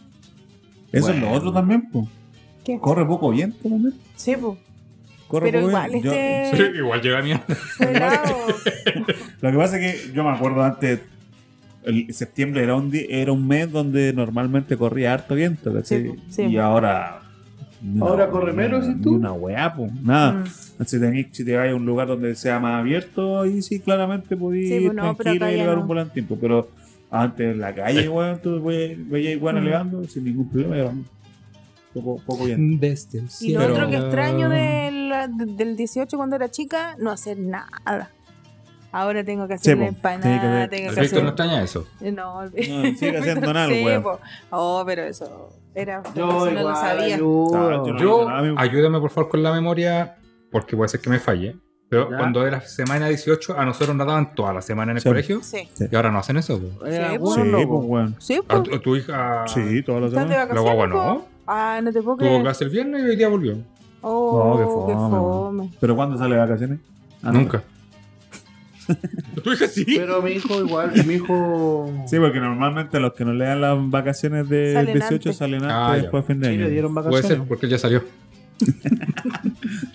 Eso es Bueno. lo otro también, po. ¿Qué? Corre poco viento también. Sí, pues. Corre Pero poco igual viento. Yo- *laughs* este Sí, Igual llega a mí. fue helado. Lo que pasa es que yo me acuerdo antes, el septiembre era un, di- era un mes donde normalmente corría harto viento, ¿cachai? Sí, po, sí. Y ahora. ni una- Ahora corre ni menos, una- ¿y tú? ni Una weá, po. Nada. Mm. Si, tenés, si te vas a un lugar donde sea más abierto, ahí sí, claramente podís Sí, ir pues no, pero tranquilo acá y ya elevar no. un volantín. pues, Pero antes en la calle, weón, tú veías veías igual Mm. elevando sin ningún problema. era poco, poco *laughs* bien. Y lo otro que extraño de la- de- del 18 cuando era chica, no hacer nada. Ahora tengo que hacer Sí, po. una empanada, Tiene que tengo hacer- que Perfecto, no hacer... extraña eso. No, No, *laughs* sigue haciendo nada, Sí, weón. po. Oh, pero eso era... Yo eso no lo igual sabía. ayudo. Ah, yo no- Yo, nada, amigo. ayúdame por favor con la memoria, porque puede ser que me falle. Pero Ya. cuando era semana 18, a nosotros nos daban toda la semana en el Sí. colegio. Sí, Y ahora no hacen eso. po. Era Sí, Sí, bueno, pues, loco. weón. sí, po. A tu, a tu hija Sí, todas las ¿Estás de semanas. La vacaciones, guagua po? no. Ah, no te puedo Tuvo creer. clase el viernes y hoy día volvió. Oh, No, qué qué fome, weón. fome. ¿Pero cuándo sale de vacaciones? Ah, no. *laughs* Nunca. tu hija sí. Pero pues. mi hijo igual, mi hijo. pues. Sí, porque normalmente los que no le dan las vacaciones de Salen 18 antes. salen antes Ah, ya. después de fin de Sí, año. le dieron puede vacaciones. ser, porque él ya salió.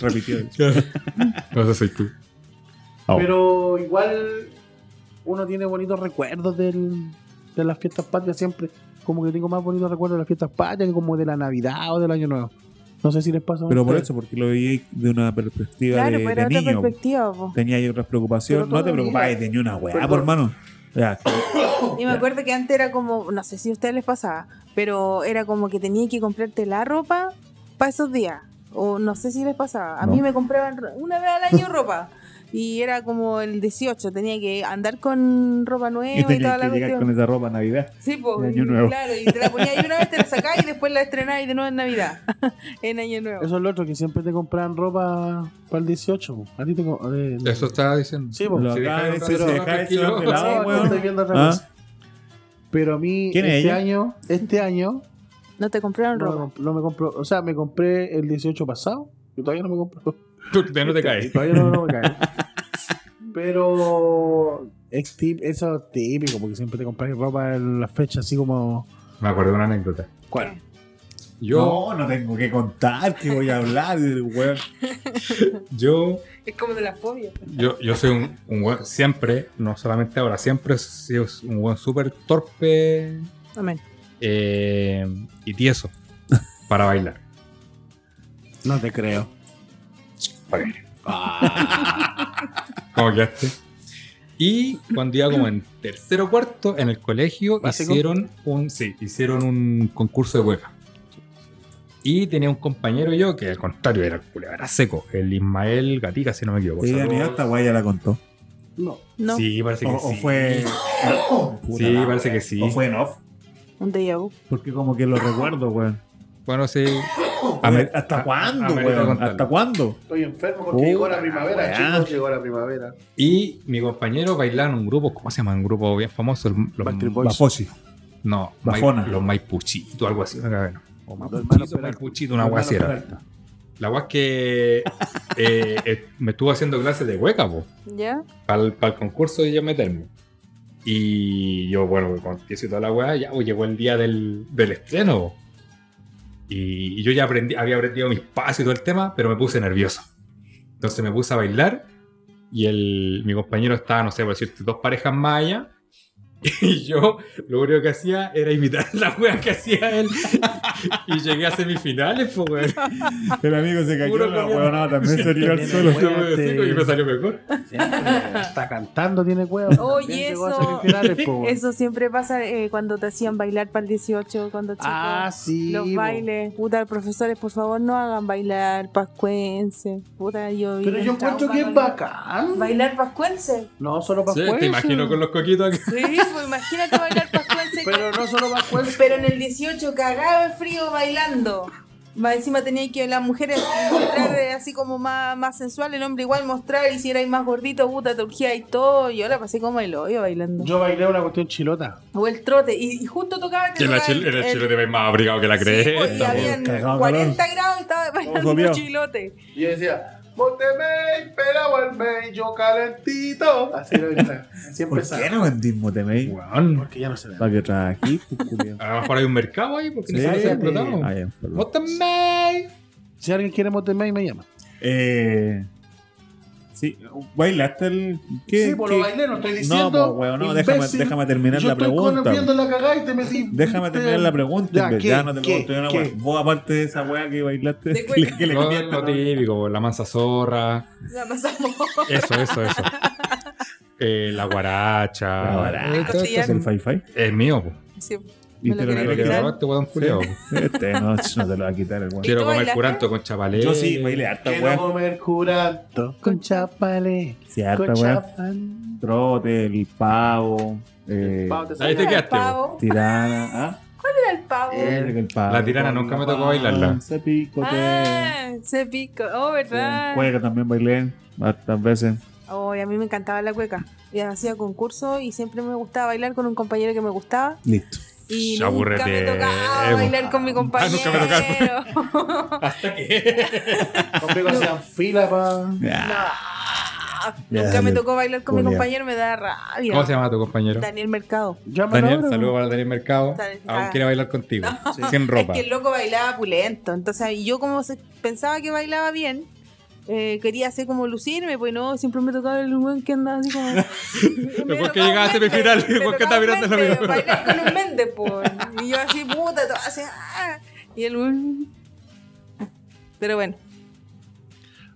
Repitió. eso. no sé, soy tú. Oh. Pero igual uno tiene bonitos recuerdos del- de las fiestas patrias siempre. Como que tengo más bonitos recuerdos de las fiestas patrias que como de la Navidad o del Año Nuevo. No sé si les pasa. a Pero por ustedes. eso, porque lo vi de una perspectiva Claro, de, pero de era otra niño. perspectiva, po. Tenía ahí otras preocupaciones. Pero No te todo preocupes bien. de ni una weá, Perdón. por hermano. Ya, Y me acuerdo que antes era como, no sé si a ustedes les pasaba, pero era como que tenía que comprarte la ropa para esos días. O no sé si les pasaba. A No. mí me compraban ro- una vez al año ropa. Y era como el 18, tenía que andar con ropa y nueva y, pues, toda tenías la que llegar cuestión. con esa ropa a Navidad. Sí, po, de y- Año Nuevo. claro, y te la ponías y una vez, te la sacabas y después la estrenabas y de nuevo *laughs* en Navidad, en Año Nuevo. Eso es lo otro, que siempre te compran ropa para el 18. po. A ti te co- eh, Eso estaba diciendo. pues. Sí, po. Lo Si acaba dejaron de- otra se persona deja eso tranquilo. de No, lado, no, pues. estoy weón. viendo otra Ah. cosa. Pero a mí ¿Quién es este ella? año, este año, No te compraron no, me ropa. comp- no me compro, o sea, me compré el 18 pasado, y todavía no me compro. Tú de no *laughs* te caes. Todavía no, no me cae. *laughs* Pero es tip- eso es típico, porque siempre te compras ropa en las fechas así como. Me acuerdo de una anécdota. ¿Cuál? Yo, No, no tengo que contar que voy a hablar del weón. yo, Es como de la fobia. yo, yo soy un, un weón, siempre, no solamente ahora, siempre he sido un weón súper torpe Amén. eh, y tieso para bailar. No te creo. ¿Cómo quedaste? Y cuando iba como en tercero cuarto en el colegio ¿Básico? hicieron un sí, hicieron un concurso de hueca. Y tenía un compañero yo que al contrario era, era seco, el Ismael Gatica si no me equivoco. Sí, Saludos. mira, esta weá ya la contó. No. No, Sí, parece O, que o sí. fue. *coughs* Puta Sí, la parece que wea. sí. O fue en off. un déjà vu. Porque como que lo recuerdo, weón. Bueno, sí. Oye, Amer- ¿Hasta a- cuándo, amerita weón? contarlo. ¿Hasta cuándo? Estoy enfermo porque Uh, llegó la la primavera, weá. chicos. Llegó la primavera. Y mi compañero bailaba en un grupo, ¿cómo se llama? Un grupo bien famoso, el- los Backstreet Boys. Bafosi. No, Bafona. Mai- los Maipuchito, algo así, me cago en- O hermanos Maipuchito, Peralta. Maipuchito, una hueá así era. La weá es que eh, eh, me estuvo haciendo clases de hueca, po, ¿Ya? para el, concurso y yo meterme. Y yo, bueno, con tieso y toda la weá, ya pues, llegó el día del, del estreno. po. Y, y yo ya aprendí, había aprendido mis pasos y todo el tema, pero me puse nervioso. Entonces me puse a bailar y el, mi compañero estaba, no sé, por decirte, dos parejas más allá. *laughs* Y yo lo único que hacía era imitar la weá que hacía él. *laughs* y llegué a semifinales, pues, weón. El amigo se cayó, Puro la comiendo. weón también se tiró al *laughs* suelo. Yo me decía, y me salió mejor. Está cantando, tiene huevo. Oye, También llegó a eso- semifinales, po. Eso siempre pasa eh, cuando te hacían bailar para el 18, cuando chicos. Ah, sí. Los po. bailes, puta, profesores, por favor, no hagan bailar pascuense. Puta, yo. Pero yo encuentro que es bacán. ¿Bailar pascuense? No solo Sí, pascuense. te imagino con los coquitos acá. Sí, pues imagínate bailar *laughs* pascuense. Pero no solo pascuense. Pues, Pero en el 18 cagaba de frío bailando. Más encima tenía que las mujeres mostrar eh, así como más, más sensual, el hombre igual mostrar, y si erais más gordito, puta, te urgía y todo. Yo la pasé como el hoyo bailando. Yo bailé una cuestión chilota. O el trote, y, y justo tocaba te Que la tocaba chile, el chile te ve más abrigado que la sí, pues, y cresta. po. habían Cagado 40 grados y estaba bailando comió. chilote. Y yo decía, Montemey, pero el mello calentito. Así lo bailaba. Siempre ¿Por qué no vendimos de mail? Weón. Porque ya no se ve. Para que *laughs* trajiste, culiao. A lo mejor hay un mercado ahí porque Sí, nosotros se ah, explotamos. ya, perdón. What the man? Si alguien quiere Montemey, me llama. Eh, sí, bailaste el. ¿Qué? sí, por qué- lo bailé, no estoy No, diciendo. pues, weón, no, déjame, imbécil. déjame terminar Yo la estoy pregunta. con- viendo weón. la cagada y te metí. *laughs* Déjame terminar la pregunta. Ya, en vez. ¿qué? Ya, no te ¿Qué? pregunto yo una ¿Qué? weá. Vos, aparte de esa weá que bailaste, Te que le, *laughs* que le Lo, cambiaste, lo ¿no? típico, la mansa zorra. La pasamos. Eso, eso, *laughs* eso. Eh, la guaracha. La guaracha. Eh, todo esto ¿Es es, el Fai-Fai? es mío, po. Sí. ¿Y Me lo te lo Pero quiero quería que quitar. quitar? robaste, weón, culiao. po. Este, no, no te lo va a quitar el weón. Quiero tú comer bailaste? curanto con chapalé. Yo sí, bailé Eh, harta Quiero weá. comer curanto con chapale. Sí, Con harta weá. chapale. Trote, el pavo, eh, Pau, te salió. Ahí te ¿Cuál era el quedaste, pavo? tirana. ¿Ah? ¿Cuál era el pavo? Eh, El pavo La tirana con nunca me la tocó bailarla. panza, picote. Ah, se pico. Oh, Sí, ¿verdad? Cueca también bailé hartas veces. Oh, y a mí me encantaba la cueca. Y hacía concurso y siempre me gustaba bailar con un compañero que me gustaba. Listo. Y Ya nunca me aburrete, tocaba Evo. bailar con mi Ah, compañero. nunca me *laughs* ¿Hasta qué? Conmigo *laughs* hacían fila pa. No, nunca me tocó bailar con mi Julia. compañero, me da rabia. ¿Cómo se llama tu compañero? Daniel Mercado. Llámalo Daniel, ahora, saludos para Daniel Mercado. Daniel, Aún ah. quiere bailar contigo. Sin ropa. Es que el loco bailaba pulento. Entonces, y yo como se- pensaba que bailaba bien, eh, quería hacer como lucirme, pues no, siempre me tocaba el weón que andaba *laughs* así como. Después que llegaba a semifinal, después que estaba mirando la vida. vida. Bailar con un mente, pues. Y yo así, puta, todo así. ah. Y el weón. Pero bueno,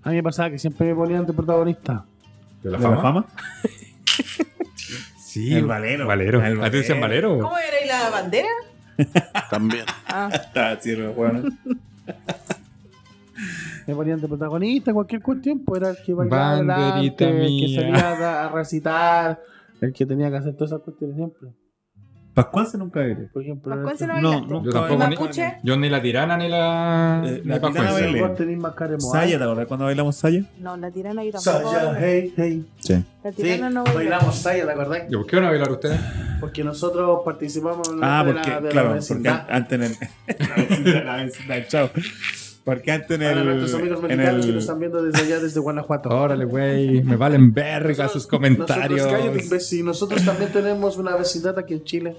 A mí me pasaba que siempre me ponían de protagonista. ¿De ¿De la *laughs* fama? Sí. El Valero. Valero. El ¿A ti te dicen Valero? ¿cómo era ahí la bandera? También. Ah, Está, sirve, bueno. Me ponían de protagonista, cualquier cuestión, pues era el que bailaba Banderita adelante, el mía. que salía a- a recitar, el que tenía que hacer todas esas cuestiones siempre. Pascuense nunca bailé. Por ejemplo, este, ¿Pascuense no No, bailaste? no. Yo ¿Y tampoco. ni- mapuche? Yo ni la tirana ni la. Eh, ni la Pascuense. tirana bailé. vos tenés más cara de moana. Saya, ¿te acordás cuando bailamos Saya? No, la tirana yo tampoco. Saya, hey, hey. Sí. La Sí, tirana no bailaba. bailamos Saya, ¿te acordás? ¿Y por qué van a bailar ustedes? Porque nosotros participamos en la Ah, de la- porque, de la claro, porque *laughs* vecindad. antes en el. la vecindad, la vecindad, chao. Porque antes en Para nuestros el. amigos En mexicanos que nos el Oh, están viendo desde allá, desde Guanajuato. Órale, güey. Me valen verga sus comentarios. Nosotros, cállate, imbécil. Nosotros también tenemos una vecindad aquí en Chile.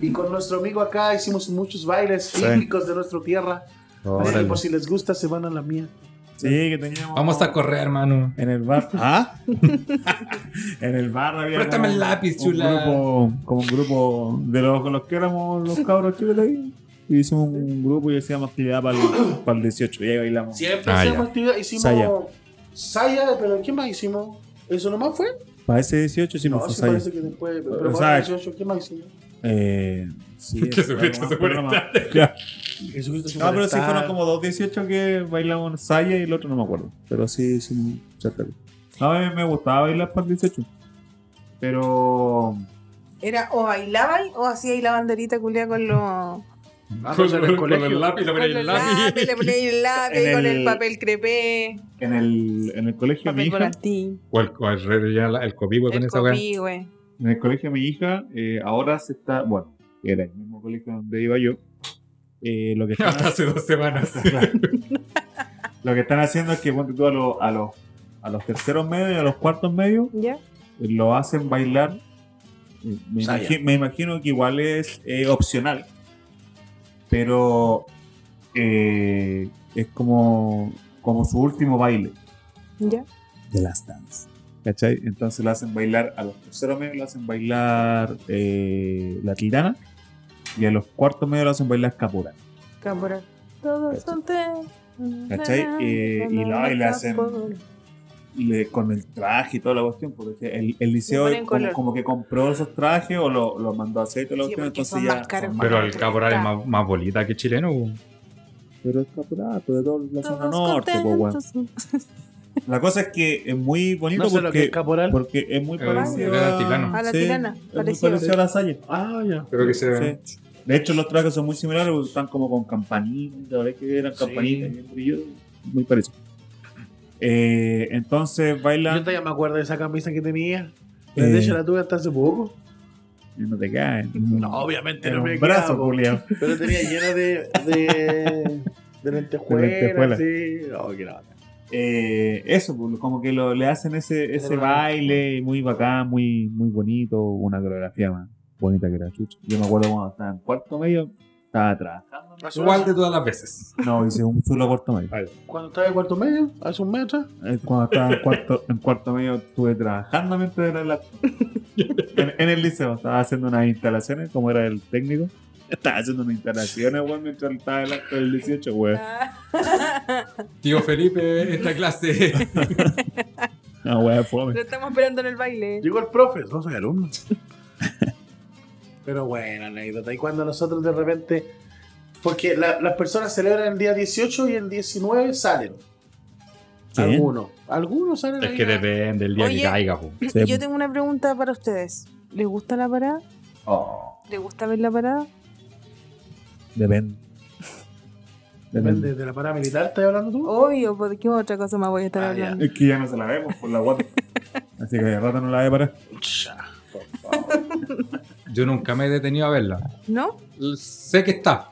Y con nuestro amigo acá hicimos muchos bailes Sí. Oh, típicos de nuestra tierra. Así que Órale. por si les gusta, se van a la mía. sí, que teníamos. Vamos a correr, mano. En el bar. *laughs* ¿Ah? en el bar había. Préstame como el lápiz, un chula. grupo- como un grupo de los, los que éramos los cabros chicos de ahí. Y hicimos un grupo y hacíamos actividad para el, para el 18. Y ahí bailamos. Siempre Ah, hacemos ya. actividad. Hicimos. Saya. Saya, pero ¿qué más hicimos? ¿Eso nomás fue? Para ese 18 sí no, no, fue sí ahí. parece que después. Pero Saya. para el 18, ¿qué más hicimos? Eh, sí, *laughs* Que fue sujeto más se muere programa. Jesucristo se No, pero sí molestaba. fueron como dos 18 que bailamos Saya y el otro no me acuerdo. Pero sí, sí, cerca. No, a mí me gustaba bailar para el 18. Pero. Era o bailaban o hacía ahí la banderita culia con los. Ah, Con pues en el el- con colegio. el lápiz, le Con ponía el el lápiz, le lápiz. ponía el lápiz, En con el- el papel crepé, En el, en el colegio de mi papel hija, volantín, O el, o el, re- ya la- el copihue con el esa weá. copí, güey. en el colegio de mi hija, eh, ahora se está, bueno, era el mismo colegio donde iba yo. Eh, lo, que están, Hasta *laughs* hace dos semanas. *laughs* lo que están haciendo es que ponte tú a, los- a los a los terceros medios y a los cuartos medios ¿Ya? lo hacen bailar. Eh, Me, Saya. imagi- me imagino que igual es eh, opcional, pero eh, es como, como su último baile ¿Ya? de las dance. ¿Cachai? Entonces lo hacen bailar a los terceros medios, lo hacen bailar eh, la tirana y a los cuartos medios lo hacen bailar capura. Cámara. Todos son ¿Cachai? Eh, y lo- y le hacen- Y le- con el traje y toda la cuestión, porque el, el liceo ponen como, color. como que compró esos trajes o lo, lo mandó a hacer y toda la Sí, cuestión, porque entonces son ya más caros. son Pero el caporal es más, más bolita que chileno. weón. Pero es capurato de toda la zona Todos norte, po, weón. contentos. La cosa es que es muy bonito No sé lo que porque, es caporal. porque es muy Eh, parecido era tirano. A la sí, tirana, es muy parecido. parecido a la saya. Ah, ya. Creo que se- Sí. De hecho, los trajes son muy similares, porque están como con campanitas, la verdad es que eran campanitas bien brillosas, muy parecido. Eh, entonces Yo bailan todavía me acuerdo de esa camisa que tenía. De Eh. hecho, la tuve hasta hace poco. y no te caen. No, obviamente en no me un quedaba, brazo, po. Julián. Pero tenía llena de. de. de lentejuelas. De lentejuelas. Sí. Oh, qué la bacán. Eh, eso, pues, como que lo- le hacen ese, ese baile muy bacán, muy, muy bonito, una coreografía más bonita que la chucha. Yo me acuerdo cuando estaba en cuarto medio, estaba atrás. Hace un- Igual de todas las veces. No, hice un solo cuarto medio. Cuando estaba en cuarto medio, hace un mes atrás. Eh, Cuando estaba en cuarto, en cuarto medio estuve trabajando mientras era la... en, en el liceo, estaba haciendo unas instalaciones, como era el técnico. Estaba haciendo unas instalaciones, weón, mientras estaba el acto del 18, weón. Ah, Tío Felipe, esta clase. No, weón, fome. Lo estamos esperando en el baile. Llegó el profe, no soy alumno. *laughs* Pero bueno, anécdota. Y cuando nosotros de repente. Porque la- las personas celebran el día 18 y el 19 salen. Sí. Algunos. Algunos salen. es ahí que a- depende del día que Oye. caiga. po. Sí. Yo tengo una pregunta para ustedes. ¿Les gusta la parada? Oh, ¿Les gusta ver la parada? depende. Depende de la parada militar, ¿estás hablando tú? Obvio, ¿por qué otra cosa más voy a estar Ah, ya. hablando? Es que ya no se la vemos por la guata. Así que de rato no la ve para. Cha. Yo nunca me he detenido a verla. ¿No? L- Sé que está.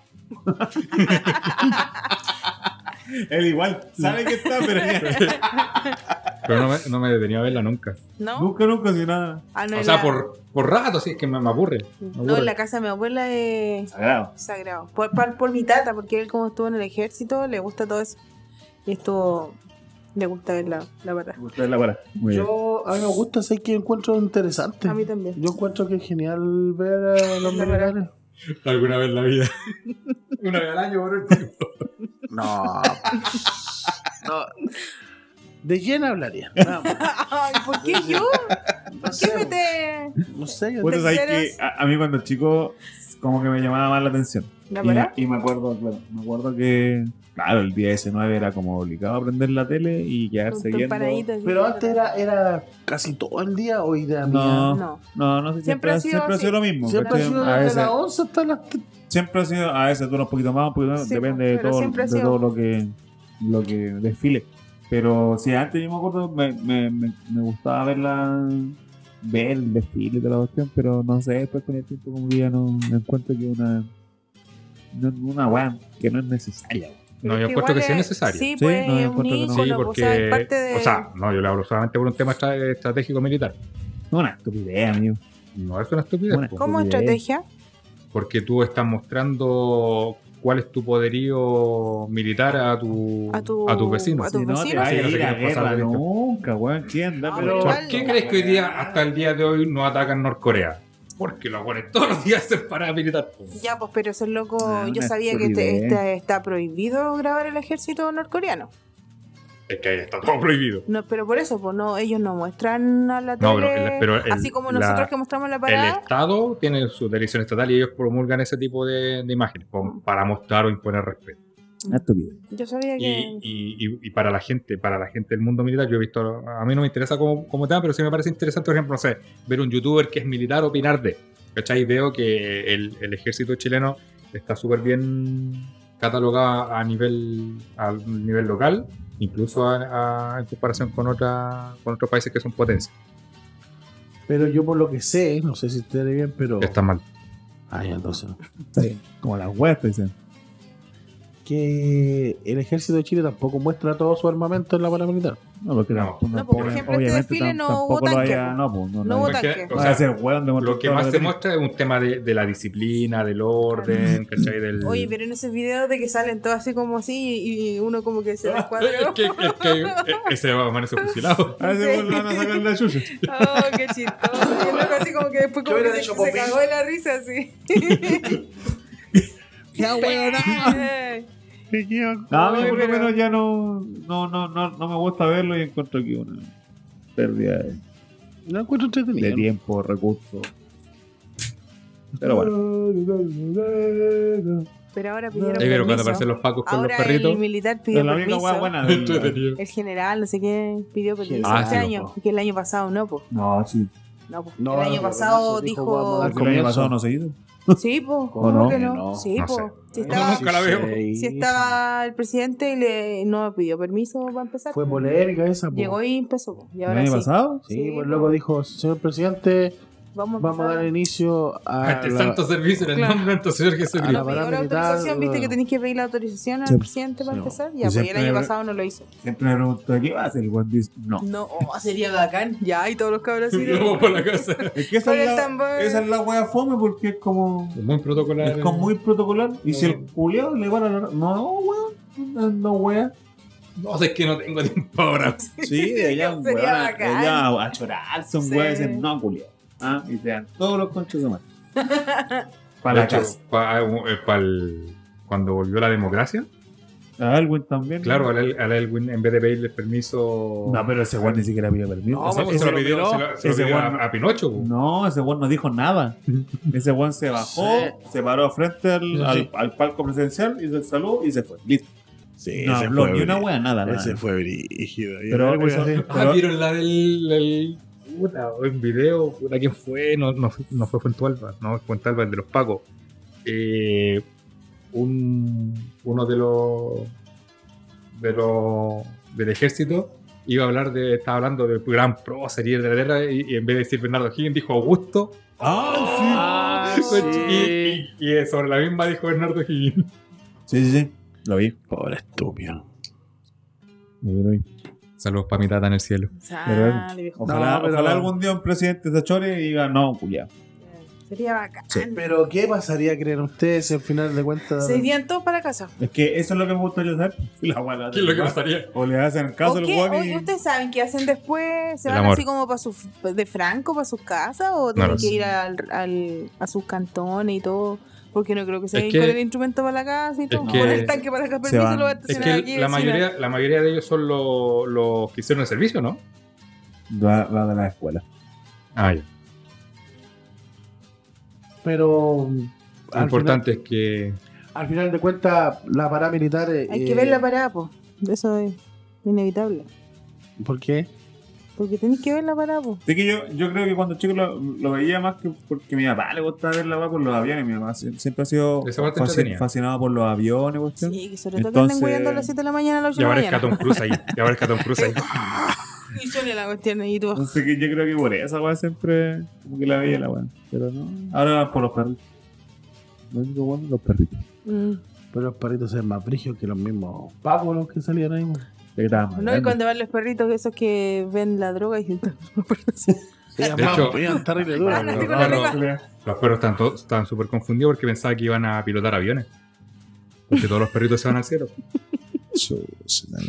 Él igual sabe que está, pero *laughs* ya- Pero no me, no me he detenido a verla nunca. ¿No? nunca, nunca, si nada. Ah, no, O en sea, la- por, por rato, sí, es que me, me aburre. me No, aburre. en la casa de mi abuela es Sagrado. sagrado. Por, par- por mi tata, porque él como estuvo en el ejército, le gusta todo eso. Y estuvo... Le gusta ver la, la parada. Usted la para. Muy bien. Yo, a mí me gusta, sé que encuentro interesante. A *laughs* mí también. Yo encuentro que es genial ver a los La militares. Alguna vez en la vida. *laughs* Una vez al año, por último. No. no. ¿De quién *laughs* hablaría? Nada más. Ay, ¿por qué *laughs* yo? No ¿Qué sé, pues, me te...? no sé. Puta, ¿sabes terceros. que a, a mí cuando chico, como que me llamaba más la atención. ¿La Y me, parada? y me acuerdo, claro, me acuerdo que, claro, el día 19 era como obligado a prender la tele y quedarse Con tu viendo. paradita, así. Pero antes era, era casi todo el día o idea mía. No, no, No. no, sé, siempre, Siempre siempre ha ha sido sido así. lo mismo. Siempre ha ¿cachai? sido a desde veces, las 11 hasta las t- siempre ha sido, a veces dura un poquito más, un poquito menos, Sí, depende de pero todo, siempre ha de sido. todo lo que lo que desfile. Pero si antes yo me acuerdo, me, me, me, me gustaba verla, ver el desfile de la cuestión, pero no sé, después con el tiempo como que ya no me encuentro que una no- una weá que no es necesaria. weón. No, Es yo encuentro que igual sí es es- necesario. Sí, Sí, pues no, yo es un encuentro que no. ícono, Sí, pues, o sea, es parte de... o sea, no, yo le hablo solamente por un tema estra- estratégico militar. No, una estupidez, amigo. No es una estupidez. Bueno. po. como Bien. estrategia, porque tú estás mostrando cuál es tu poderío militar a tu A tu- tus vecinos. a tu- ¿Tus Si no te vecinos? vayas a Sí, no ir te a quieres pasar guerra de listo. nunca, weón. ¿Quién da? pero- No, Ah, pero ¿Por igual- qué crees que hoy día, hasta el día de hoy, no atacan Norcorea? Porque los buenos todos los días hacen parada militar. po. ya pues, pero ese loco, Ah, yo una sabía que te- estupidez. está- está prohibido grabar el ejército norcoreano. Es que ahí está todo prohibido. No, pero por eso, pues no, ellos no muestran a la No, pero tele, el- pero el- así como la- nosotros que mostramos la El parada, Estado tiene su televisión estatal y ellos promulgan ese tipo de, de imágenes con- para mostrar o imponer respeto. Una estupidez. yo sabía que... Y, y- y- y para la gente, para la gente del mundo militar, yo he visto, a mí no me interesa como, como tema, pero sí me parece interesante, por ejemplo, no sé, ver un youtuber que es militar opinar de. ¿Cachai? Veo que el, el ejército chileno está súper bien catalogado a nivel, a nivel local, incluso a- a- en comparación con, otra, con otros países que son potencias. Pero yo por lo que sé, no sé si esté bien, pero... Está mal. Ah, ya, entonces. no. Está bien. Como las weas, te dicen. Que el ejército de Chile tampoco muestra todo su armamento en la paramilitar. No, porque No. tampoco- No, porque, por ejemplo, este obviamente desfile no tam- tampoco hubo lo tanque, haya- po. No, pues, no, No no. hubo hay- Porque, tanque. o Va sea, a ser weón de Lo mostrar que todo más se tenés. muestra es un tema de, de la disciplina, del *laughs* orden, ¿cachai? Del... Oye, pero en esos videos de que salen todos así como así y, y uno como que se descuadra. *laughs* Es que, es que eh, ese amanece *laughs* fusilado. A ese weón le van a sacar la chucha. Oh, qué chistoso. Y el loco así como que después como Yo que hubiera se, dicho se popín. cagó de la risa así. ¡Ya, Ay, No, a mí Ay, por lo pero- menos ya no, no, no, no, no me gusta verlo y encuentro que una pérdida de, No encuentro entretenido. de tiempo, recursos. Pero bueno, bueno. Pero ahora pidieron Ahí vieron cuando permiso. aparecen los pacos con Ahora los el perritos. militar pidió es la única permiso. wea buena *laughs* del- Entretenido. El general, no sé qué, pidió permiso Ah, este sí, año. Que el año pasado no, pues. No, sí. No, pues. No, el no, año no, pasado eso dijo, vamos a Al dijo. Al el año comienzo. pasado no se hizo. Sí, ¿Cómo pues. ¿Cómo no? que no? No, sí, no pues. sé. Si No, estaba, nunca la veo. si estaba el presidente y le, no pidió permiso para empezar. Fue polémica esa. po. Llegó y empezó. po. Y ¿El ahora año sí. pasado? Sí, pues el loco dijo, señor presidente, Vamos, vamos a dar inicio a Este la- santo servicio en el Ah, Claro. Ah, nombre de nuestro Señor a la Jesucristo. la paramilitar. autorización, viste que tenéis que pedir la autorización al Sí. presidente para Sí. empezar. Y Ya, pues y el siempre- año pasado no lo hizo. Siempre me pregunto, ¿qué va a hacer el One Piece? No. No, oh, sería bacán. Ya, y todos *laughs* los cabros así. Y de- luego por *laughs* la casa. Es que esa Con es la- el tambor. esa es la wea fome porque es como. Muy protocolar. Es como muy protocolar. Y No. si el culeado le van a la. No, weón. No, weón. No sé, es que no tengo tiempo ahora. Sí, deberían, Sería weón, bacán. deberían a chorarse un Sí. weón y decir, no, culiado. Y te dan todos los conchos de *laughs* más. De *laughs* Para la hecho, casa. pa- eh, pa'l- cuando volvió la democracia, A Elwin también. claro, al, El- al Elwin, en vez de pedirle permiso. No, pero ese weón ni siquiera pidió permiso. No, Ese- pues, ese- se lo pidió, se lo- se lo ese pidió weón- a, a Pinocho. pues. po. No, ese weón no *laughs* dijo nada. Ese weón se bajó, se paró frente al, Sí. al, al palco presidencial, hizo el saludo y se fue. Listo. Sí, No ese habló fue ni una brígido. weá, nada, nada. Ese fue brígido. Pero Yo eso- creo que- Ah, vieron la del. del- puta, en video, puta, ¿quién fue? No, no, fue- no fue Fuentualba, no, Fuentualba, el de los Pacos. Eh, un, uno de los. de los. del ejército iba a hablar de. estaba hablando del gran prócer y el de la guerra, y, y en vez de decir Bernardo Higgins dijo Augusto. *laughs* ¡Ah, sí! Y, y- y sobre la misma dijo Bernardo Higgins. Sí, sí, sí. Lo vi. Pobre estúpido. Lo vi. Saludos para mi tata en el cielo. Sale, viejo. Ojalá, No, pero- ojalá algún día un presidente se chore y diga, no, culiado. Sería bacán. Pero, ¿qué pasaría, creen ustedes, si al final de cuentas. Se irían todos para casa. Es que eso es lo que me gustaría *laughs* saber. Si la weá la ¿Qué es lo que hacen pasaría? mal, O le hacen caso ¿O al qué? weón ¿O y. ¿Ustedes saben qué hacen después? ¿Se El van amor. así como para su, de Franco, para sus casas? ¿O tienen lo que sé. ir al, al- a sus cantones y todo? Porque no creo que se Es vayan que- con el instrumento para la casa y todo. que- Poner el tanque para acá, Se permiso, van. lo va a Es estacionar aquí. que la vecina. mayoría, la mayoría de ellos son los, los que hicieron el servicio, ¿no? La, la de la escuela. Ah, ya. Pero. Lo al importante es que final- al final de cuentas, la paramilitar. eh, Hay que ver la parada, po. Eso es inevitable. ¿Por qué? Porque tenés que ver la parada, po. Así que yo, yo creo que cuando chico lo, lo veía más que porque mi papá le gustaba ver la weá por los aviones. Mi mamá sie- siempre ha sido Esa parte fascin- entretenida. fascinado por los aviones, cuestión. Sí, que sobre todo que Entonces- anden hueando a las 7 de la mañana a las 8 ya de la aparezca Pues mañana. Tom Cruise ahí. Ya aparezca Tom Cruise *laughs* ahí. Y suena la cuestión y tú. Así que yo creo que por esa weá siempre como que la veía la weá. Pero no. Ahora por los perritos. Lo único bueno los perritos. mm, Pero los perritos eran más brígidos que los mismos pábulos que salían ahí. weón. que estaban más No, y grandes. cuando van los perritos esos que ven la droga y dicen, "No, pero sí". Eran De más- hecho- eran terrible duros, *laughs* Ah, no, weón. sí, con la Claro, roca. claro. Los perros estaban to- estaban súper confundidos porque pensaban que iban a pilotar aviones. Porque todos los perritos se van al cielo. Chus, la weá.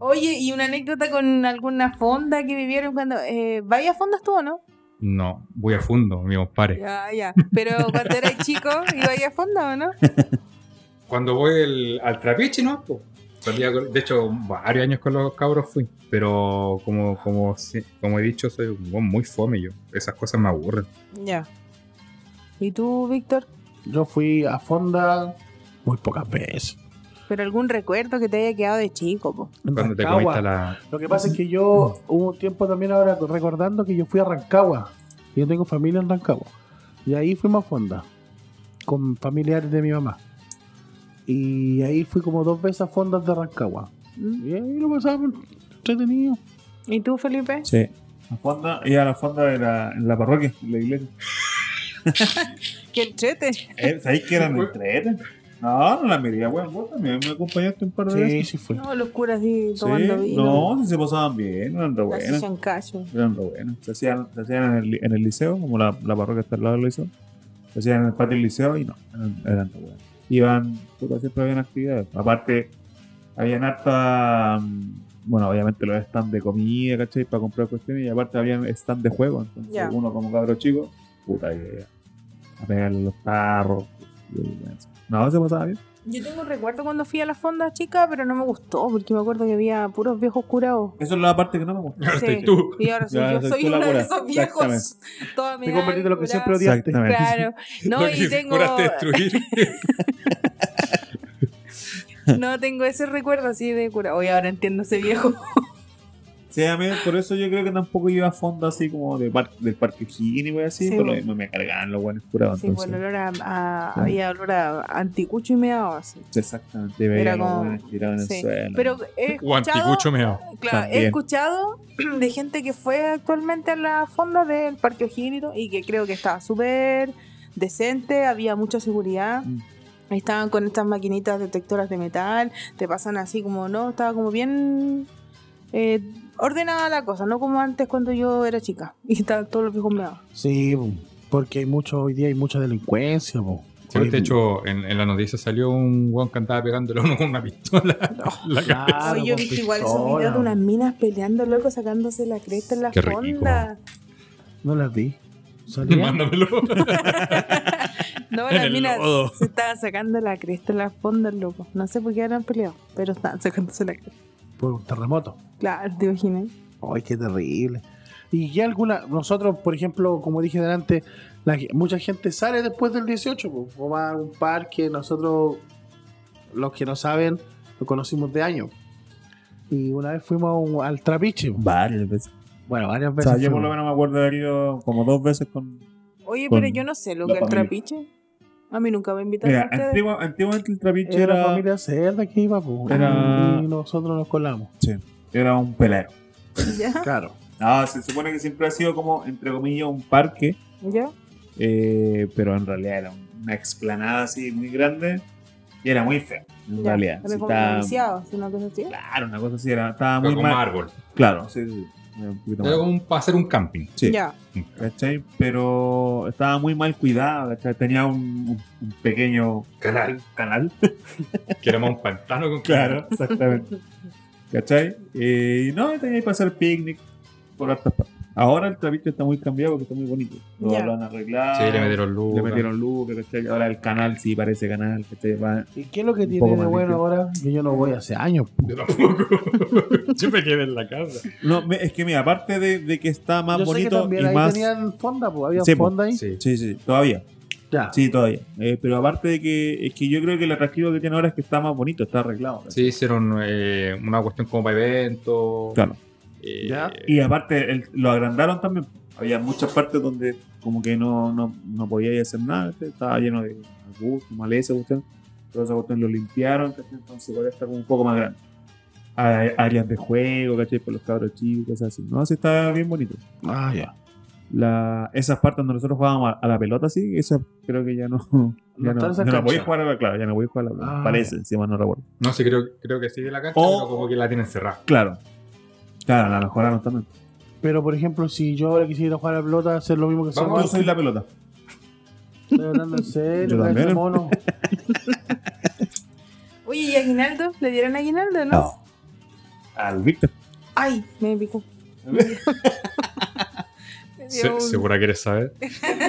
Oye, y una anécdota con alguna fonda que vivieron cuando. Eh, ¿Vaya fondas tú o no? No, voy a fondo, mi compadre. Ya, ya. Pero cuando *laughs* eras chico, ¿ibais a fonda o no? Cuando voy el- al trapiche, ¿no? Pues, salía con- de hecho, varios años con los cabros fui. Pero como, como, si- como he dicho, soy un weón muy fome yo. Esas cosas me aburren. Ya. ¿Y tú, Víctor? Yo fui a Fonda muy pocas veces. ¿Pero algún recuerdo que te haya quedado de chico? po? En Cuando te Rancagua. comiste la... Lo que pasa es que yo hubo un tiempo también ahora recordando que yo fui a Rancagua. Yo tengo familia en Rancagua. Y ahí fuimos a Fonda. Con familiares de mi mamá. Y ahí fui como dos veces a Fondas de Rancagua. ¿Mm? Y ahí lo pasamos entretenido. ¿Y tú, Felipe? Sí. La fonda, y a la fonda de la, en la parroquia, en la iglesia. ¡Qué entrete! Eh, ¿Sabéis que eran entretes? No, no la miré, weón. Vos también me acompañaste un par de veces. Sí, sí fui. No, los curas ahí Sí, tomando vino. No, sí se pasaban bien, eran re La buenas. silla en callo. Eran re buenas. Se hacían, se hacían en, el, li- en el liceo, como la, la parroquia está al lado del liceo. Se hacían en el patio del liceo y no, eran, eran re buenas. Iban, puta, siempre habían actividades. Aparte, habían harta. mm, Bueno, obviamente los stands de comida, ¿cachai? Para comprar cuestiones y aparte habían stand de juego. Entonces, Ya. uno como cabro chico, puta, idea. A pegarle los tarros. y- y- No, se pasaba bien. Yo tengo un recuerdo cuando fui a la fonda chica, pero no me gustó, porque me acuerdo que había puros *laughs* viejos curados. Eso es la parte que no me gusta. *laughs* Ahora Sí. estoy tú. Y ahora soy Ya, yo, soy soy tú la uno de cura. esos viejos. Exactamente. Todo me Te da convertiste en lo que cura. siempre odiaste. Claro. No, Lo y que tengo. juraste *laughs* destruir. No tengo ese recuerdo así de cura. Hoy ahora entiendo ese viejo. Sí, a mí, por eso yo creo que tampoco iba a fondo así como de par- del parque Gini y así, Sí, por lo bueno. mismo me cargaban los buenos curados. Sí, entonces, bueno, olor a, a- Sí. había olor a anticucho y meado así. Exactamente, y veía Era los como- buenos tirados en sí. el suelo. Pero he O escuchado, anticucho meado. claro, he También. escuchado *clears throat* de gente que fue actualmente a la fonda del Parque O'Higgins y todo, y que creo que estaba súper decente, había mucha seguridad. Mm. Estaban con estas maquinitas detectoras de metal, te pasan así como, no, estaba como bien eh, ordenada la cosa, no como antes cuando yo era chica *laughs* y estaban todos los viejos meados. Sí, po, porque hay mucho, hoy día hay mucha delincuencia. po. Sí, de hecho, en, en la noticia salió un weón que andaba pegándole a uno *laughs* con una pistola. en la *laughs* cara. Claro, Oye, yo con vi igual esos pistola, videos de po. unas minas peleando, loco, sacándose la cresta en la Qué rico. fonda. No las *laughs* vi. Salía. Mándamelo. No, En las el minas lodo. se estaban sacando la cresta en la fonda, loco. No sé por qué habrán peleado, pero estaban sacándose la cresta. por un terremoto. Claro, te imaginas. Ay, qué terrible. Y ya alguna, nosotros, por ejemplo, como dije delante, la ge- mucha gente sale después del 18, po, o va a un parque, nosotros, los que no saben, lo conocimos de año. Y una vez fuimos a un- al trapiche, po. varias veces. bueno, varias O veces. sea, yo por fuimos. lo menos me acuerdo de haber ido como dos veces con. Oye, Con pero yo no sé, lo la que el familia. trapiche. A mí nunca me invitaron a Mira, ustedes. antigua- antiguamente el trapiche Era la era, familia Cerda que iba, po, Era- y nosotros nos colamos. era un pelero. *laughs* ¿Ya? Claro. No, se supone que siempre ha sido como, entre comillas, un parque, ¿Ya? eh, pero en realidad era una explanada así muy grande y era muy fea. En ya. realidad. Era Sí, como estaba- iniciado, si no cosa así. Claro, una cosa así era, estaba Era muy como un mal. árbol. Claro, sí, sí, sí, era un poquito Era mal. como un- para hacer un camping. Sí. Ya. ¿cachai? Pero estaba muy mal cuidado, ¿cachai? Tenía un, un- un pequeño Canal. canal. *laughs* Que era más un pantano con exactamente. ¿Cachai? Eh, Y no, tenía que hacer picnic por hartas partes. Ahora el trapiche está muy cambiado porque está muy bonito. Lo, Ya. lo han arreglado. Sí, le metieron luz. le metieron luz, ¿cachai? Ahora el canal sí parece canal, ¿cachai? Va- ¿Y qué es lo que Un tiene poco de más bueno limpio. ahora? Que yo no voy hace años. po. Yo tampoco. *laughs* Yo me quedé en la casa. No, me- es que mira, aparte de, de que está más yo sé que bonito también y ahí más. tenían fonda, po, había Sí, po. fonda ahí. Sí. Sí, sí, todavía. Ya. Sí, todavía. Eh, pero aparte de que, es que yo creo que el atractivo que tiene ahora es que está más bonito, está arreglado. ¿cachai? Sí, hicieron eh, una cuestión como para eventos. Claro. Eh, Ya. Y aparte el- lo agrandaron también. Había muchas partes donde como que no, no, no podía ir a hacer nada, ¿cachai? estaba lleno de arbustos, maleza, cuestión. Todo esa cuestión lo limpiaron, ¿cachai? entonces ahora está como un poco más grande. Hay áreas de juego, ¿cachai? Para los cabros chicos, cosas así. No, sí está bien bonito. Ah, ya. la- esas partes donde nosotros jugábamos a, a la pelota, sí, eso creo que ya no. *laughs* Ya no, están esas ya no canchas. voy a jugar a la clave, ya no voy a jugar a la pelota. Ah, Parece, encima no recuerdo. No sé, creo, creo que sigue la cancha, O- pero como que la tienen cerrada. Claro. Claro, la mejoraron también. Pero por ejemplo, si yo ahora quisiera jugar a la pelota, hacer lo mismo que Vamos, Yo hacemos. soy la pelota. Estoy hablando en serio, *laughs* Yo también. ese mono. Oye, ¿y Aguinaldo? ¿Le dieron Aguinaldo, no? Al Víctor. Ay, *laughs* me picó. Le dio Se- un- ¿Segura quieres saber?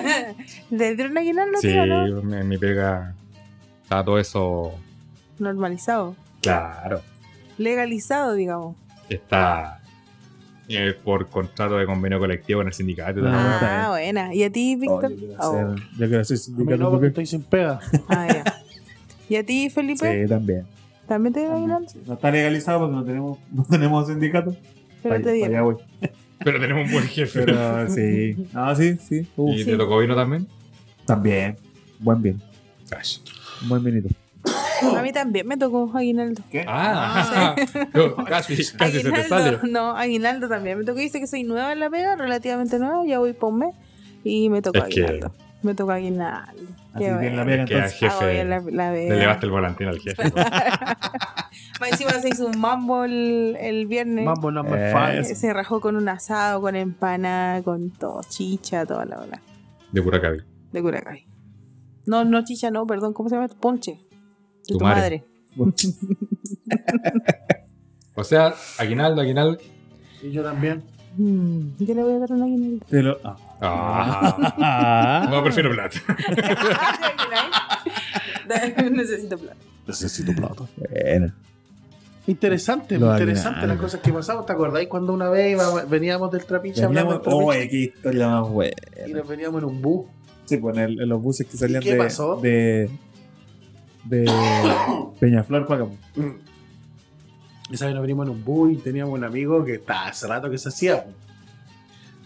*laughs* ¿Le dieron Aguinaldo, Sí, tío, no? en mi pega está todo eso. Normalizado. Claro. Legalizado, digamos. Está eh, por contrato de convenio colectivo en el sindicato. y todo. Ah, Ah, está buena. ¿Y a ti, Víctor? Oh, Ya A mí no, que soy sindicato porque porque- estoy sin pega. ah, ya. ¿Y a ti, Felipe? Sí, también. ¿También te dieron Aguinaldo? No está legalizado porque no tenemos, *laughs* no tenemos sindicato. Pero Pa- te pa' dieron. allá voy. Pero tenemos un buen jefe. Pero sí. Ah, sí, sí. Uh, ¿Y sí. te tocó vino también? También. Buen bien. Buen bienito. A mí también me tocó Aguinaldo. Ah, *laughs* yo casi, casi se te sale. No, Aguinaldo también. Me tocó, dice que soy nueva en la pega, relativamente nueva, ya voy por un mes. Y me tocó Es que- Aguinaldo. Me tocó Aguinaldo. Así Qué bien la bueno. pega Que al entonces. Ah, voy a jefe la, la le pega. elevaste el volantín al jefe. Más encima se hizo un mambo el, el viernes. Mambo no me Eh, falla. eso. Se rajó con un asado, con empanada, con todo, chicha, toda la bola De Curacaví. de Curacaví. No, no chicha, no, perdón, ¿cómo se llama? Ponche. De Tu tu, madre. madre. O sea, Aguinaldo, Aguinaldo. Y yo también. Mm, yo le voy a dar un *laughs* aguinaldo. Te lo- ah. Ah, Ah. no, prefiero plata. Ah, Necesito plan. Necesito plata. *laughs* Bueno. Interesante, Lo interesante hagan. las cosas que pasaban. ¿Te acordáis cuando una vez iba- veníamos del trapiche, hablamos del trapiche Oye, qué historia más buena. y nos veníamos en un bus? Sí, pues en, el- en los buses que salían qué de, pasó? de. de. Peñaflor, Cuacamo. Mm. Esa vez nos venimos en un bus y teníamos un amigo que está hace rato que se hacía. po.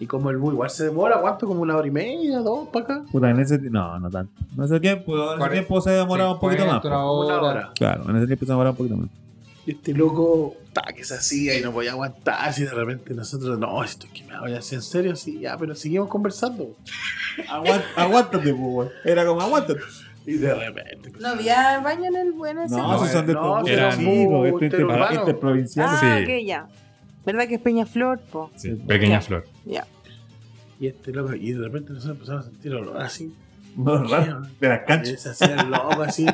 Y como el bus igual se demora, ¿cuánto? Como una hora y media, dos para acá. Puta, en ese. ti- No, no tanto. En ese tiempo, en ese Cuare- tiempo se demoraba un poquito más. pues. Una Una hora. hora. Claro, en ese tiempo se demoraba un poquito más. Y este loco, ta, que se hacía y no podía aguantar. Si de repente nosotros, no, estoy quemado, ya sí, en serio, sí, ya, pero seguimos conversando. Aguant- aguántate, pues, weón. Era como aguántate. Y de repente. *laughs* pues, No había baño en el buen ese. No, No, esos son de no, estos eran buses chicos, estos interurbanos. interpa- interprovinciales. ah, sí. ok, ya. ¿Verdad que es Peñaflor? Po? Sí, pequeña Ya. flor. Y este loco, y de repente nosotros empezamos a sentir olor así. No, raro. De las Y canchas. se hacía el loco así.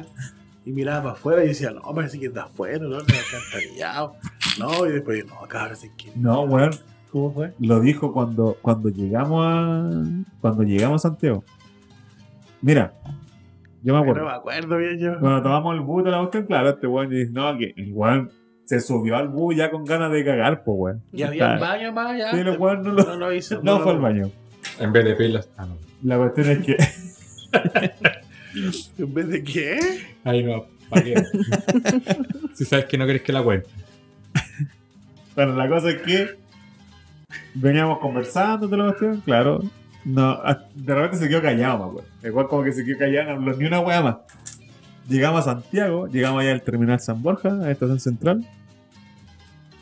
Y miraba para afuera y decía, no, parece que está afuera, no, está alcantarillado. No, y después, no, cabrón, es que. No, weón. ¿Cómo fue? Lo dijo cuando, cuando llegamos a. Cuando llegamos a Santiago. Mira, yo me acuerdo. No me acuerdo bien yo. Cuando tomamos el bus de la cuestión, claro, este weón dice, no, que el weón se subió al bus ya con ganas de cagar, pues weón. Y había un Claro. baño más allá. Pero el weón no lo- no lo hizo. No lo- fue al baño. En vez de pilas. Ah, no. La cuestión es que. *laughs* ¿En vez de qué? Ahí no, ¿para qué? si sabes que no querés que la cuente. Bueno, la cosa es que veníamos conversando de la cuestión, claro. No, a- de repente se quedó callado, me acuerdo. El weón como que se quedó callado, no habló ni una weá más. Llegamos a Santiago, llegamos allá al terminal San Borja, a la estación central.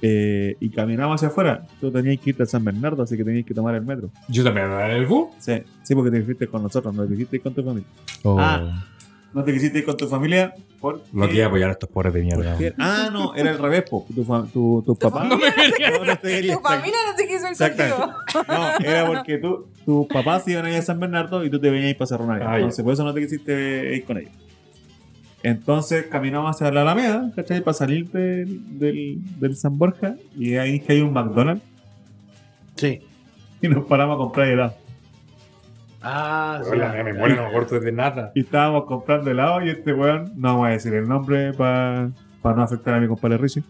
eh, y caminamos hacia afuera. Tú tenías que irte a San Bernardo, así que tenías que tomar el metro. Yo también andaba en el bus. Sí, sí, porque te fuiste con nosotros, no te quisiste ir con tu familia. Oh. Ah. No te quisiste ir con tu familia porque... Lo que iba a apoyar a estos pobres de mierda. porque- Ah, no, era el revés, po. Tu, fa- tu, tu papá. familia No, no te quería. Tu familia no sé qué hizo el Exactamente. contigo. *laughs* No, *laughs* era porque tú, tus papás se iban a ir a San Bernardo y tú te venías para Cerro Navia. Ah, ya. Entonces, por eso no te quisiste ir con ellos. Entonces caminamos hacia la Alameda, ¿cachai? Para salir del, del, del San Borja. Y ahí es que hay un McDonald's Sí. y nos paramos a comprar helado. Ah, sí. *laughs* Hola, me muero, no me acuerdo de nada. Y estábamos comprando helado y este weón, no vamos a decir el nombre para no afectar a mi compadre Richie.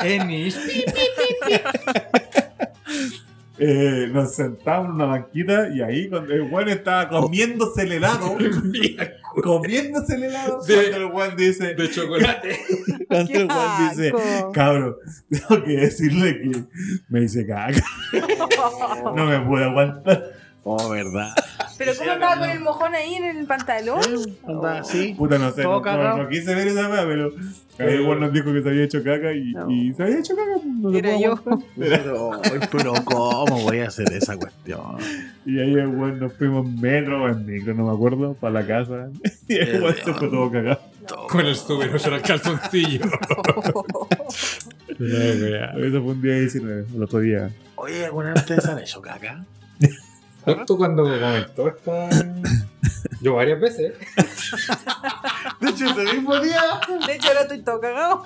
Enis. Eh, nos sentamos en una banquita y ahí cuando el weón estaba comiéndose el helado, *laughs* comiéndose el helado, Sí. cuando el weón dice, De chocolate. cuando el weón dice, *laughs* asco. cabro, tengo que decirle que me hice caca, no me puedo aguantar. Oh, verdad. Pero ¿cómo andaba con el mojón ahí en el pantalón? Andaba así. Puta, no sé, Todo no, no- cagao. no quise ver esa weá, pero el weón nos dijo que se había hecho caca y, No. y se había hecho caca. no te Era puedo yo. aguantar. Pero, ay, pero ¿cómo voy a hacer esa cuestión? Y ahí el weón nos fuimos en metro o en micro, no me acuerdo, para la casa. *laughs* Y Qué el weón se fue weón. todo cagado. Con el subero era el calzoncillo. Eso fue un día 19, el otro día. Oye, ¿alguna vez ustedes han hecho caca? Justo cuando me comentó esta. Yo varias veces. De hecho, ese mismo día. *laughs* De hecho, ahora estoy todo cagado.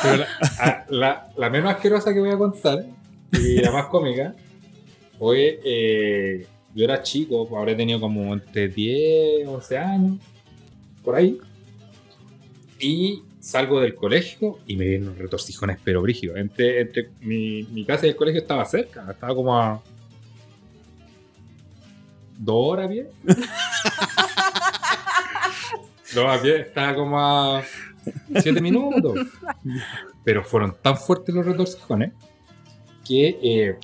Pero la, a- la- la menos asquerosa que voy a contar y la más cómica fue. eh, yo era chico, pues, habré tenido como entre 10, 11 años, por ahí. Y salgo del colegio y me dieron retorcijones, pero brígidos. Entre, entre mi, mi casa y el colegio estaba cerca, estaba como a. dos horas a pie. No, a pie, estaba como a. siete minutos. Pero fueron tan fuertes los retorcijones que eh,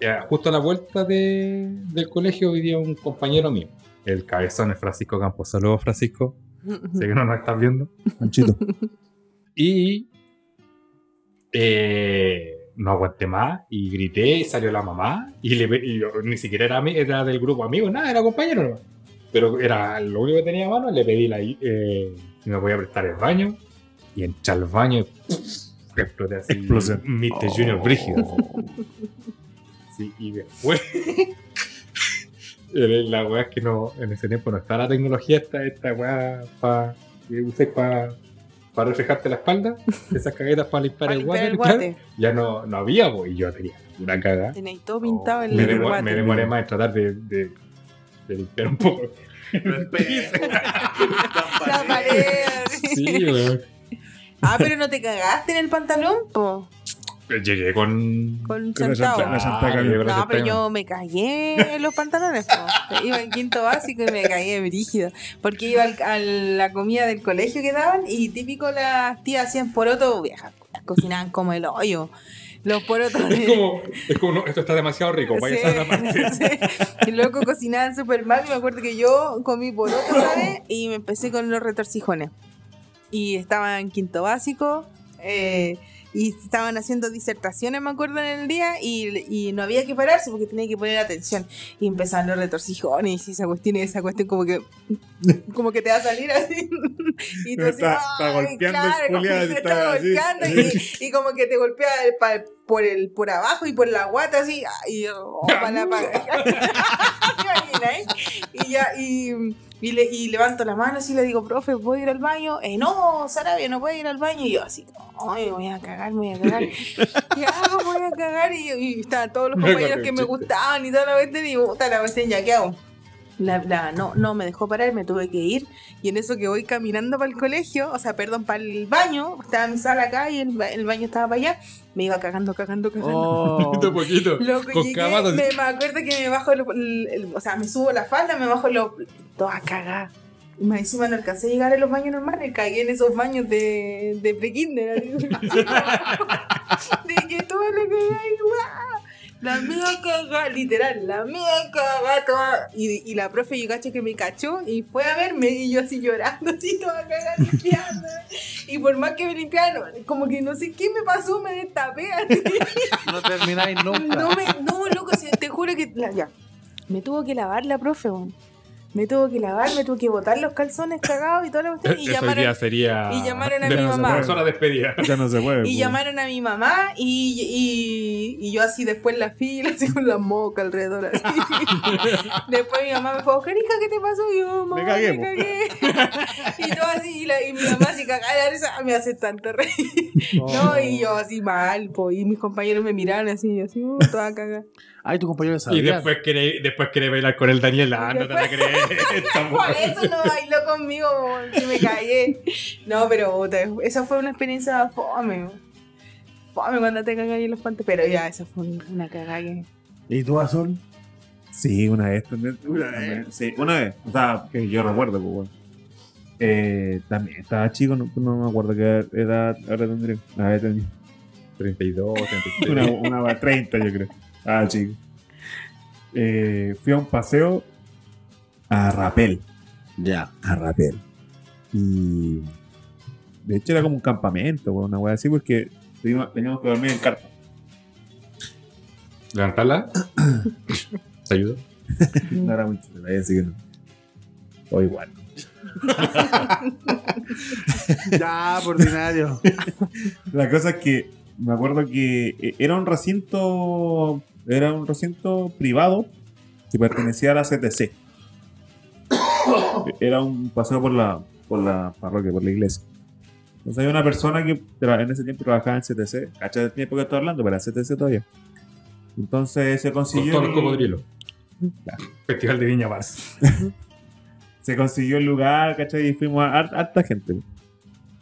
eh, justo a la vuelta de- del colegio vivía un compañero mío, el cabezón, el Francisco Campos. Saludos, Francisco. Sé que no nos estás viendo. *laughs* Manchito. Y eh, no aguanté más y grité y salió la mamá. Y, le pe- y yo, ni siquiera era, ami- era del grupo amigo, nada, era compañero. nomás. Pero era lo único que tenía a mano. Le pedí la, i- eh, si me voy a prestar el baño. Y entré al baño y ¡puf! exploté así. Explosión. Mr. Junior Brígido. Sí, y después. Eh, la weá es que no, en ese tiempo no estaba la tecnología esta, esta weá pa- que usáis para reflejarte la *laughs* espalda, esas caguetas para limpar Para el limpiar guate, el claro. guate. ya no, no había, po, y yo tenía una cagada. Tenéis todo Oh, pintado en Me, el demor- guate. me demoré más en tratar de, de- de limpiar un *laughs* poco. La pared. Sí, weón. *laughs* Ah, pero no te cagaste en el pantalón, po. Pero Llegué con. Con Con la Santao. Santa- la Santa Ah, Cami. yo- No, pero Santao. yo me cagué en los pantalones, po. Iba en quinto básico y me cagué brígido. Porque iba al- a la comida del colegio que daban y típico las tías hacían poroto, viejas, las cocinaban como el hoyo. Los porotos de- Es *laughs* como, es como, no, esto está demasiado rico, vaya a la parte. *laughs* Y loco cocinaban súper mal. Me acuerdo que yo comí por otra ¿sabes? Y me empecé con los retorcijones. Y estaba en quinto básico. eh, y estaban haciendo disertaciones, me acuerdo, en el día. Y, y no había que pararse porque tenía que poner atención. Y empezaban los retorcijones. Y esa cuestión, y esa cuestión como que. Como que te va a salir así. *laughs* Y tú así, Está- está "Ay, golpeando el claro", como que culiao, te está *laughs* está así. golpeando *laughs* y- y como que te golpea el pa- por el por abajo y por la guata así ah, y oh, para la pa- *laughs* ¿Te imaginas? y ya y, y le, y levanto la mano así y le digo profe puedo ir al baño eh, no Sarabia no puede ir al baño y yo así ay me voy a cagar me voy a cagar ¿qué hago? Me voy a cagar y, y estaban todos los Me acordé compañeros del que me chiste. gustaban y toda la cuestión y puta la cuestión ya ¿qué hago? La, la- no, no me dejó parar, me tuve que ir. Y en eso que voy caminando para el colegio, o sea, perdón, para el baño, estaba mi sala acá y el, ba- el baño estaba para allá, me iba cagando, cagando, cagando. Oh, Poquito a poquito. Loco, con llegué, camadas. me, me acuerdo que me bajo, lo- el- el- o sea, me subo la falda, me bajo los. Toda cagada. Y más encima no alcancé a llegar a los baños normales, cagué en esos baños de, de pre-kinder. así. de que toda la cagada igual. La mía cagada, literal, la mía cagada toda. Y, y la profe, yo cacho que me cachó y fue a verme y yo así llorando, así toda cagada limpiando. Y por más que me limpiaron, como que no sé qué me pasó, me destapé así. No termináis nunca. No, me, no, loco, si te juro que. la- ya. Me tuvo que lavar la profe, weón. Me tuvo que lavar, me tuvo que botar los calzones cagados y toda la cuestión. Eso Y hoy día llamaron, sería. y llamaron a de- mi mamá. Por eso la despedida. Ya no se puede. y po. llamaron a mi mamá y, y- y yo así después en la fila, *laughs* así con la moca alrededor. Así. después mi mamá me fue a buscar, hija, ¿qué te pasó? Y yo, mamá, Me me cagué, cagué. po". *laughs* y todo así, y, la- y mi mamá así cagada de la risa, "Ah, me hace tanto reír. Oh. No, y yo así mal, po. Y mis compañeros me miraron así, y yo así, uh, toda cagada. Ay, tu compañero sabía. Y después querés después querés bailar con el Daniel. Ah, no te la crees. *laughs* Por tampoco. eso no bailó conmigo, bo, que me callé. No, pero puta, esa fue una experiencia fome. bo. Fome cuando te cagas en los pantes. Pero ya, esa fue un- una cagada que. ¿Y tú, Azul? Sí, una vez también. Una vez. Sí, una vez. O sea, que yo recuerdo, pues, weón. Eh, también estaba chico, no, no me acuerdo qué edad ahora tendría. Una vez tenía. 32, 33. Una, una va- 30, yo creo. Ah, chico. Eh, fui a un paseo a Rapel. Ya. a Rapel. Y de hecho era como un campamento, weón, una weá así, porque teníamos, teníamos que dormir en carpa. ¿Levantarla? *coughs* ¿Te ayudo? No era muy chileno, así que no. O igual. ¿no? Ya, por *laughs* ordinario. La cosa es que me acuerdo que eh, era un recinto era un recinto privado que pertenecía a la CTC. *coughs* Era un paseo por la por la parroquia, por la iglesia. Entonces había una persona que tra- en ese tiempo trabajaba en CTC, cacha del tiempo que estoy hablando, pero era CTC todavía. Entonces se Con consiguió todo el cocodrilo. Festival de Viña Vars. se consiguió el lugar, ¿cachai? Y fuimos a har- harta gente.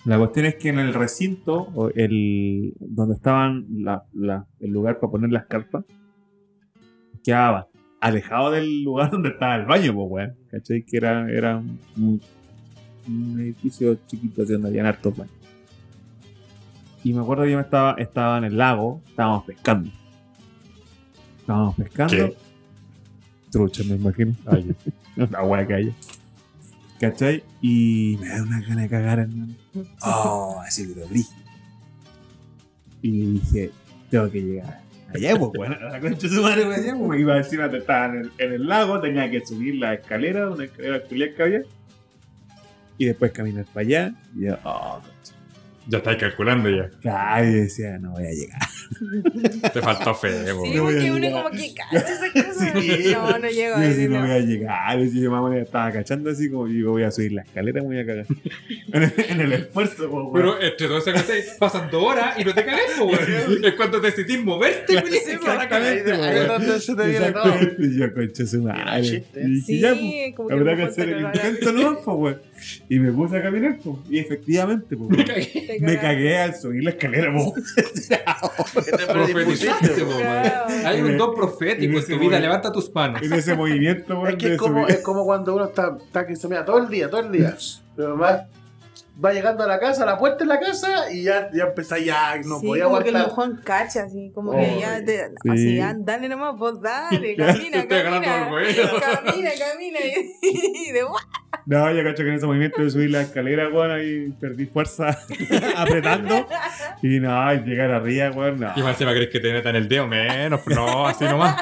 La cuestión es que en el recinto, o el, donde estaban la, la- el lugar para poner las carpas, quedaba alejado del lugar *laughs* donde estaba el baño, pues, weón. ¿Cachai? Que era, era un, un- un edificio chiquito así donde habían hartos baños. Y me acuerdo que yo me estaba, estaba en el lago, estábamos pescando. Estábamos pescando. ¿Qué? Trucha, me imagino. *laughs* Ay, La wea que hay. ¿Cachai? Y me da una gana de cagar, hermano. Oh, así que lo brillo. Y dije, tengo que llegar. Allá, pues, bueno, a la concha de su madre, pues, allá, pues. Iba encima, te- estaba en el, en el lago, tenía que subir la escalera, una escalera culiar que había. Y después caminar para allá. Y yo, oh, ya estáis calculando ya. caray, decía, no voy a llegar. Te faltó fe, po. Sí, No voy a porque uno llegar. como que cacha esa cosa. *laughs* Sí. No, no Yo llego. ahí, decía, no no. voy a llegar. Yo decía, mamá, me estaba cachando así, como digo, voy a subir la escalera, me voy a cagar. *laughs* en, el, en el esfuerzo, pues, weón. Pero entre todas esas cosas, pasan dos horas y no te cagas, po, weón. Es cuando decidís moverte, weón. y se va la cagada. Ahí Exactamente, ahí es weón. donde se te viene todo. Exactamente. Y yo, concha su Era madre. chiste. Y dije, Sí, ya, pues, como que habrá me que hacer el falta cagar. intento, ¿no? Pues, weón. Y me puse a caminar, pues. Y efectivamente, *laughs* pues, weón, Te me cagaste. cagué al subir la escalera, pues. Profetizaste, po, weón. Hay un don profético en tu vida, levanta tus manos. En ese movimiento, weón, Es que de es como, subir. es como cuando uno está, está que se mea todo el día, todo el día. Pero más va llegando a la casa, a la puerta de la casa y ya, ya empezáis, ya no sí, podía como que el aguantar. mojón cacha, así como Oh, que ya te, sí. así, ah, dale nomás, vos *laughs* dale, camina, Estoy agarrando camina, el cuello. camina, camina, *laughs* y, y de guau. No, yo cacho que en ese movimiento de subir la escalera, weón, ahí perdí fuerza *laughs* apretando. Y no, y llegar arriba, weón, no. Y más encima crees que te metan el dedo menos, pero no, así nomás.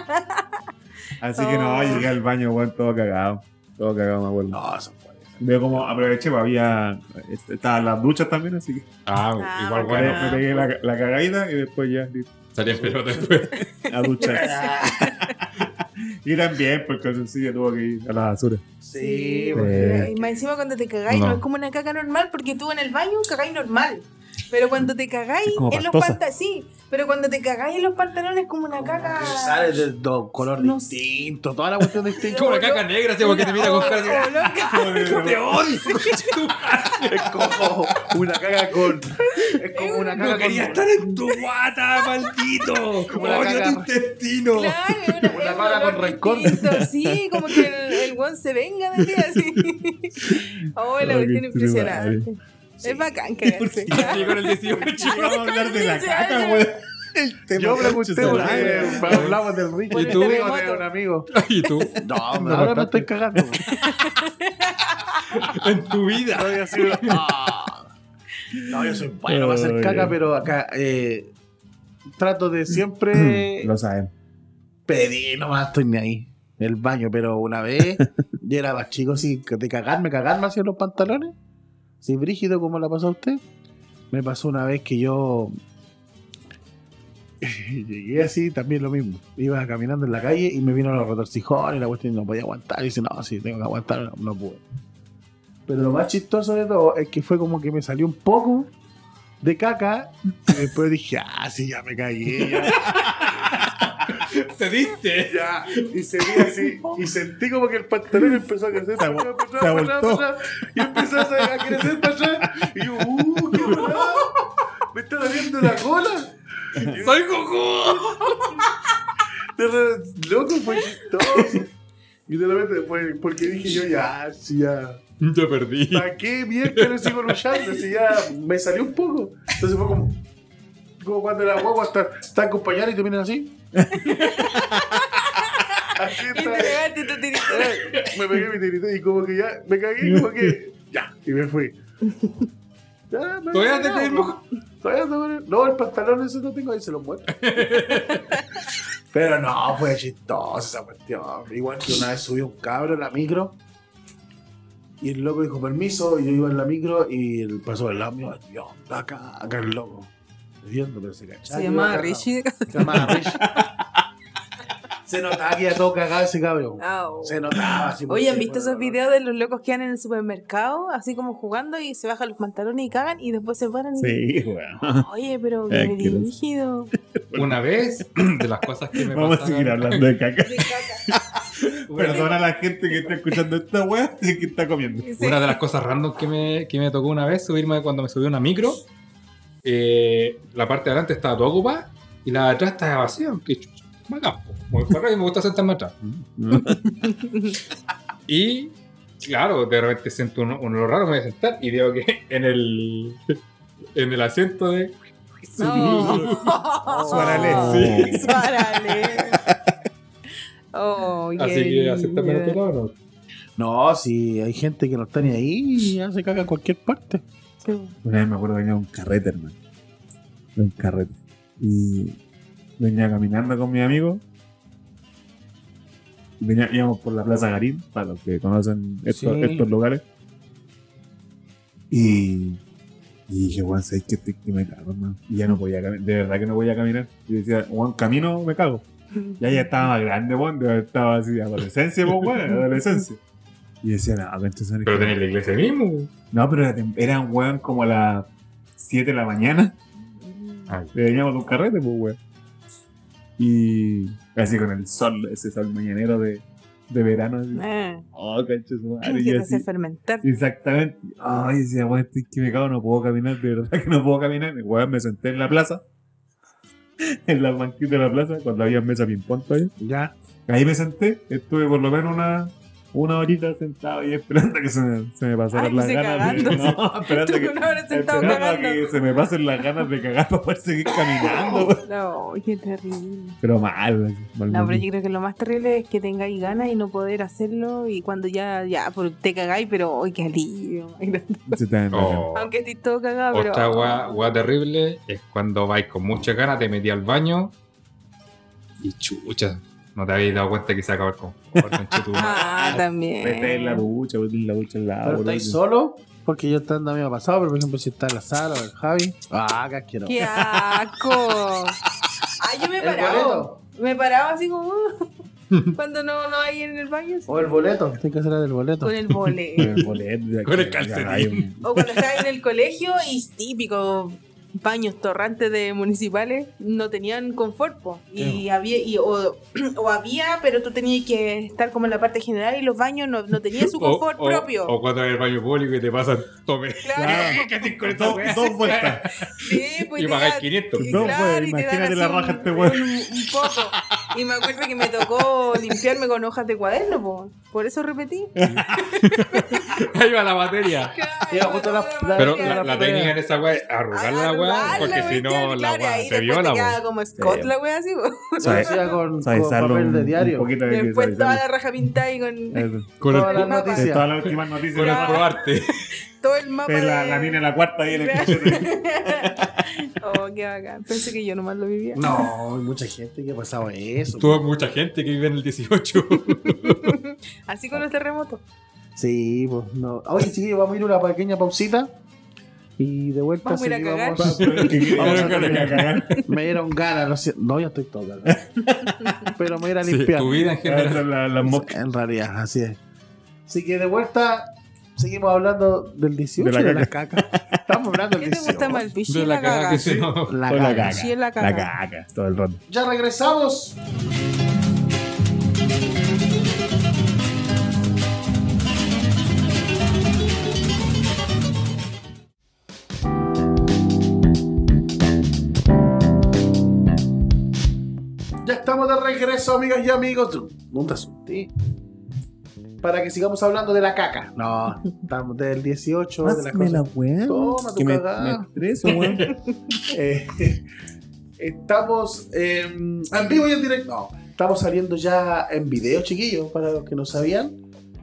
Así que no, Oh. llegué al baño, weón, todo cagado. Todo cagado, me acuerdo. No, eso puede ser. Veo como aproveché, pues, había. este, Estaban las duchas también, así que. Ah, Ah, igual Bueno, bueno. bacán. me pegué la, la cagadita y después ya listo, Salí en pelota después. a duchar. y también, porque el sencillo tuvo que ir a la basura. Sí, Sí. Eh. Y más encima cuando te cagáis, No. no. es como una caca normal, porque tú en el baño cagáis normal. Pero cuando te cagáis Es como en los pastosa. pantalones, sí, pero cuando te cagáis en los pantalones es como una caca. Sale *laughs* de dos color No sé. distinto, toda la cuestión distinta. *laughs* Como la caca negra, así como que te mira con cara de- *laughs* Olor- olor- *laughs* ¡Te odio! Es como una caga con. Es como una caga No quería con. estar en tu guata, maldito. Como la Odio caca. tu intestino. Claro, es una, Una es un vaga con olor rencor. distinto, Sí, como que el, el weón se venga de ti *laughs* así. Oh, la Ay, cuestión qué eh. impresionante. Es bacán cagarse. Así con el 18. *laughs* Vamos a hablar de la Sí, *laughs* caca, sí. weón. Yo pregunté Concha su madre. porque hablamos del Ricky, Por el el amigo de terremoto. un amigo. ¿Y tú? No, ahora me mataste. estoy *laughs* cagando. En tu vida. No, yo soy, *laughs* Ah. no, yo soy bueno para hacer caca, pero acá eh, trato de *clears throat* siempre Lo saben. pedir, nomás estoy ni ahí. El baño, pero una vez yo era más chico, así, que de cagarme, cagarme así en los pantalones. Así brígido como la pasó a usted. Me pasó una vez que yo *laughs* llegué así, también lo mismo. Iba caminando en la calle y me vino los retorcijones, la cuestión y no podía aguantar. Y dice, no, sí, tengo que aguantar, no, no pude. Pero lo más chistoso de todo es que fue como que me salió un poco de caca y después dije, ah, sí, ya me cagué, ya, Te diste. ya. Y se vi así, y sentí como que el pantalón empezó a crecer para atrás, para atrás, para abultó. atrás, y empezó a a crecer para atrás. Y yo, uh, qué bravo, me está doliendo la cola. ¡Soy Goku! De re- Loco, fue chistoso. Y de repente fue porque dije yo, ya, sí, ya. Yo perdí. ¿Para qué mierda sigo luchando? Si ya me salió un poco. Entonces fue como. Como cuando la guagua está, está acompañada y te miran así. así Y te está. pegaste y te tiraste. *laughs* Eh, Me pegué mi tirito y como que ya me cagué, como que. Ya, y me fui. Ya, me- Todavía no, te caí no, Todavía te caí- No, el pantalón ese no tengo ahí, se lo muestro. *laughs* Pero no, fue chistosa esa cuestión. Igual que una vez subió un cabro a la micro. Y el loco dijo permiso, y yo iba en la micro y el pasó del lado mío, Dios, está acá, acá el loco. Viendo, pero se cachaba. Se que llamaba iba cagado. Richie. Se llamaba Richie. *laughs* se notaba que ya todo cagado ese cabrón. Au. Se notaba así. Oye, ¿han porque- visto esos videos de los locos que van en el supermercado, así como jugando y se bajan los pantalones y cagan y después se paran? y- Sí, weón. *laughs* Oye, pero Eh, qué qué loco. dirigido. Una vez, de las cosas que me Vamos a pasaron- seguir hablando de caca. Una- Perdona a la gente que está escuchando esta weá y que está comiendo. Sí. Una de las cosas random que me, que me tocó una vez subirme cuando me subí a una micro, eh, la parte de adelante estaba toda ocupada y la de atrás estaba vacía. Que chucha, me agapo. Como que me gusta sentarme *laughs* atrás. Y claro, de repente siento un, un olor raro, me voy a sentar y veo que en el, en el asiento de. No. *laughs* Oh. Suárale, sí. *laughs* Suárale. Oh, qué Así que delicia. aceptame el otro No, si hay gente que no está ni ahí y hace caca en cualquier parte. Sí. Una vez me acuerdo venía a un carrete, hermano. Un carrete. Y venía caminando con mi amigo. Venía, íbamos por la Plaza Garín, para los que conocen estos, Sí. estos lugares. Y, y dije, Juan, ¿sabes qué? Estoy que me cago, hermano. Y ya no podía caminar, de verdad que no podía caminar. Y decía, Juan, camino, me cago. Ya ya estaba más grande, Juan, de- estaba así, adolescencia, pues, Juan, adolescencia. Y decía, no, concha, ¿sabes Pero qué? tenés la iglesia mismo. No, pero era, tem- era un weón como a las 7 de la mañana. Ay. Le veníamos de un carrete, pues, weón. Y así con el sol, ese sol mañanero de, de verano. Así. Ah, Oh, cancha su madre. que Y te así, hace fermentar. exactamente. Ay, decía, weón, estoy que me cago, no puedo caminar, de verdad que no puedo caminar. Y, weón, me senté en la plaza. *laughs* En la banquita de la plaza, cuando había mesa ping-pong todavía. Ya. Ahí me senté, estuve por lo menos una, una horita sentado y esperando que se me, se me pasaran Ay, las se ganas. De, cagando. *laughs* no, esperando, Estuve que, una hora sentado esperando a cagando. que se me pasen las ganas de cagar para poder seguir caminando. *laughs* güey. No, qué terrible. Pero mal, así, mal No, pero mal. yo creo que lo más terrible es que tengáis ganas y no poder hacerlo y cuando ya, ya, por- te cagáis, pero hoy qué alivio. *laughs* Se te dan las ganas. Oh. Aunque estés todo cagado, Ah, pero... Otra gua, gua terrible es cuando vais con muchas ganas, te metí al baño y chucha, no te habéis dado cuenta que se acabó el *laughs* confort, conchetumare. *laughs* Ah, Vete en la también. ducha, vete en la ducha al lado. Pero boludo. estáis solo, porque yo estando a mí me ha pasado, pero por ejemplo, si está en la sala o el Javi. Ah, acá quiero. *laughs* ¡Qué asco! Ay, yo me El paraba. boleto. Me paraba así como... *laughs* cuando no, no hay en el baño. así. O el boleto. Tienes que hacer la del boleto. Con el *laughs* boleto. Con el boleto, ya Con el que- calcetín. ya hay un- O cuando estaba en el colegio y típico baños torrantes de municipales no tenían confort po. y había y- o, *clears throat* o había pero tú tenías que estar como en la parte general y los baños no, no tenían su confort o, propio O Ah, cuando vas al baño público y te pasan, tome. claro ¿Qué haces *laughs* con esa Dos, wea? dos vueltas. sí pues Y te pagáis da- 500. y No, claro, pues, y te dan imagínate la así raja un- este weón. un- un poco. y me acuerdo que me tocó limpiarme con hojas de cuaderno po. por eso repetí *laughs* Ahí va la materia. Iba justo a la- la- Pero Claro, la, la pues. técnica en esa wea es arrugar la wea, Arrugarla, porque si no cuestión, la claro, y wea ahí se después te viola. queda po. como Scott Sí. la wea así *laughs* po. Lo Suave- hacía con, con Suavizarlo papel un- de Un diario. poquito hay que Después toda suavizarlo. la raja pintada y Eh, *laughs* con Eso. Con Todas el, las mapa. Sí, noticias. Todas las últimas noticias. con el Claro. *laughs* probarte. todo el mapa. eh, Es la, de- la mina la cuarta ahí en el *laughs* Claro. cachete. *laughs* oh, qué bacán. Pensé que yo nomás lo vivía. No, hay mucha gente que ha pasado eso. Tuvo mucha gente que vive en el 18. Así con este los terremotos. Sí, pues no. Oye, sí, vamos a ir a una pequeña pausita. Y de vuelta Vamos a ir a seguimos. Pa- pa- que- Vamos a que- que- terminar. que- que- Me dieron ganas, no, sé- no, ya estoy todo cagado. Pero me voy a ir a *laughs* Sí, limpiar. tu vida en general. *laughs* Entran la- las moscas. En realidad, así es. Así que de vuelta, seguimos hablando del 18 De la de la caca. Estamos hablando del ¿Qué te 18. gusta más, el pichi De o la la cagada que gaga? se no. La Toda la caca. caca. Sí, es la caca. La caca, todo el rato. Ya regresamos. Ya estamos de regreso, amigas y amigos. No te asusté. Para que sigamos hablando de la caca. No, *laughs* estamos del 18, de la cosa. weá. Toma tu Que me, cagada. me estreso, *laughs* weón. Eh, *laughs* estamos eh, en vivo y en directo. No, estamos saliendo ya en video, chiquillos, para los que no sabían.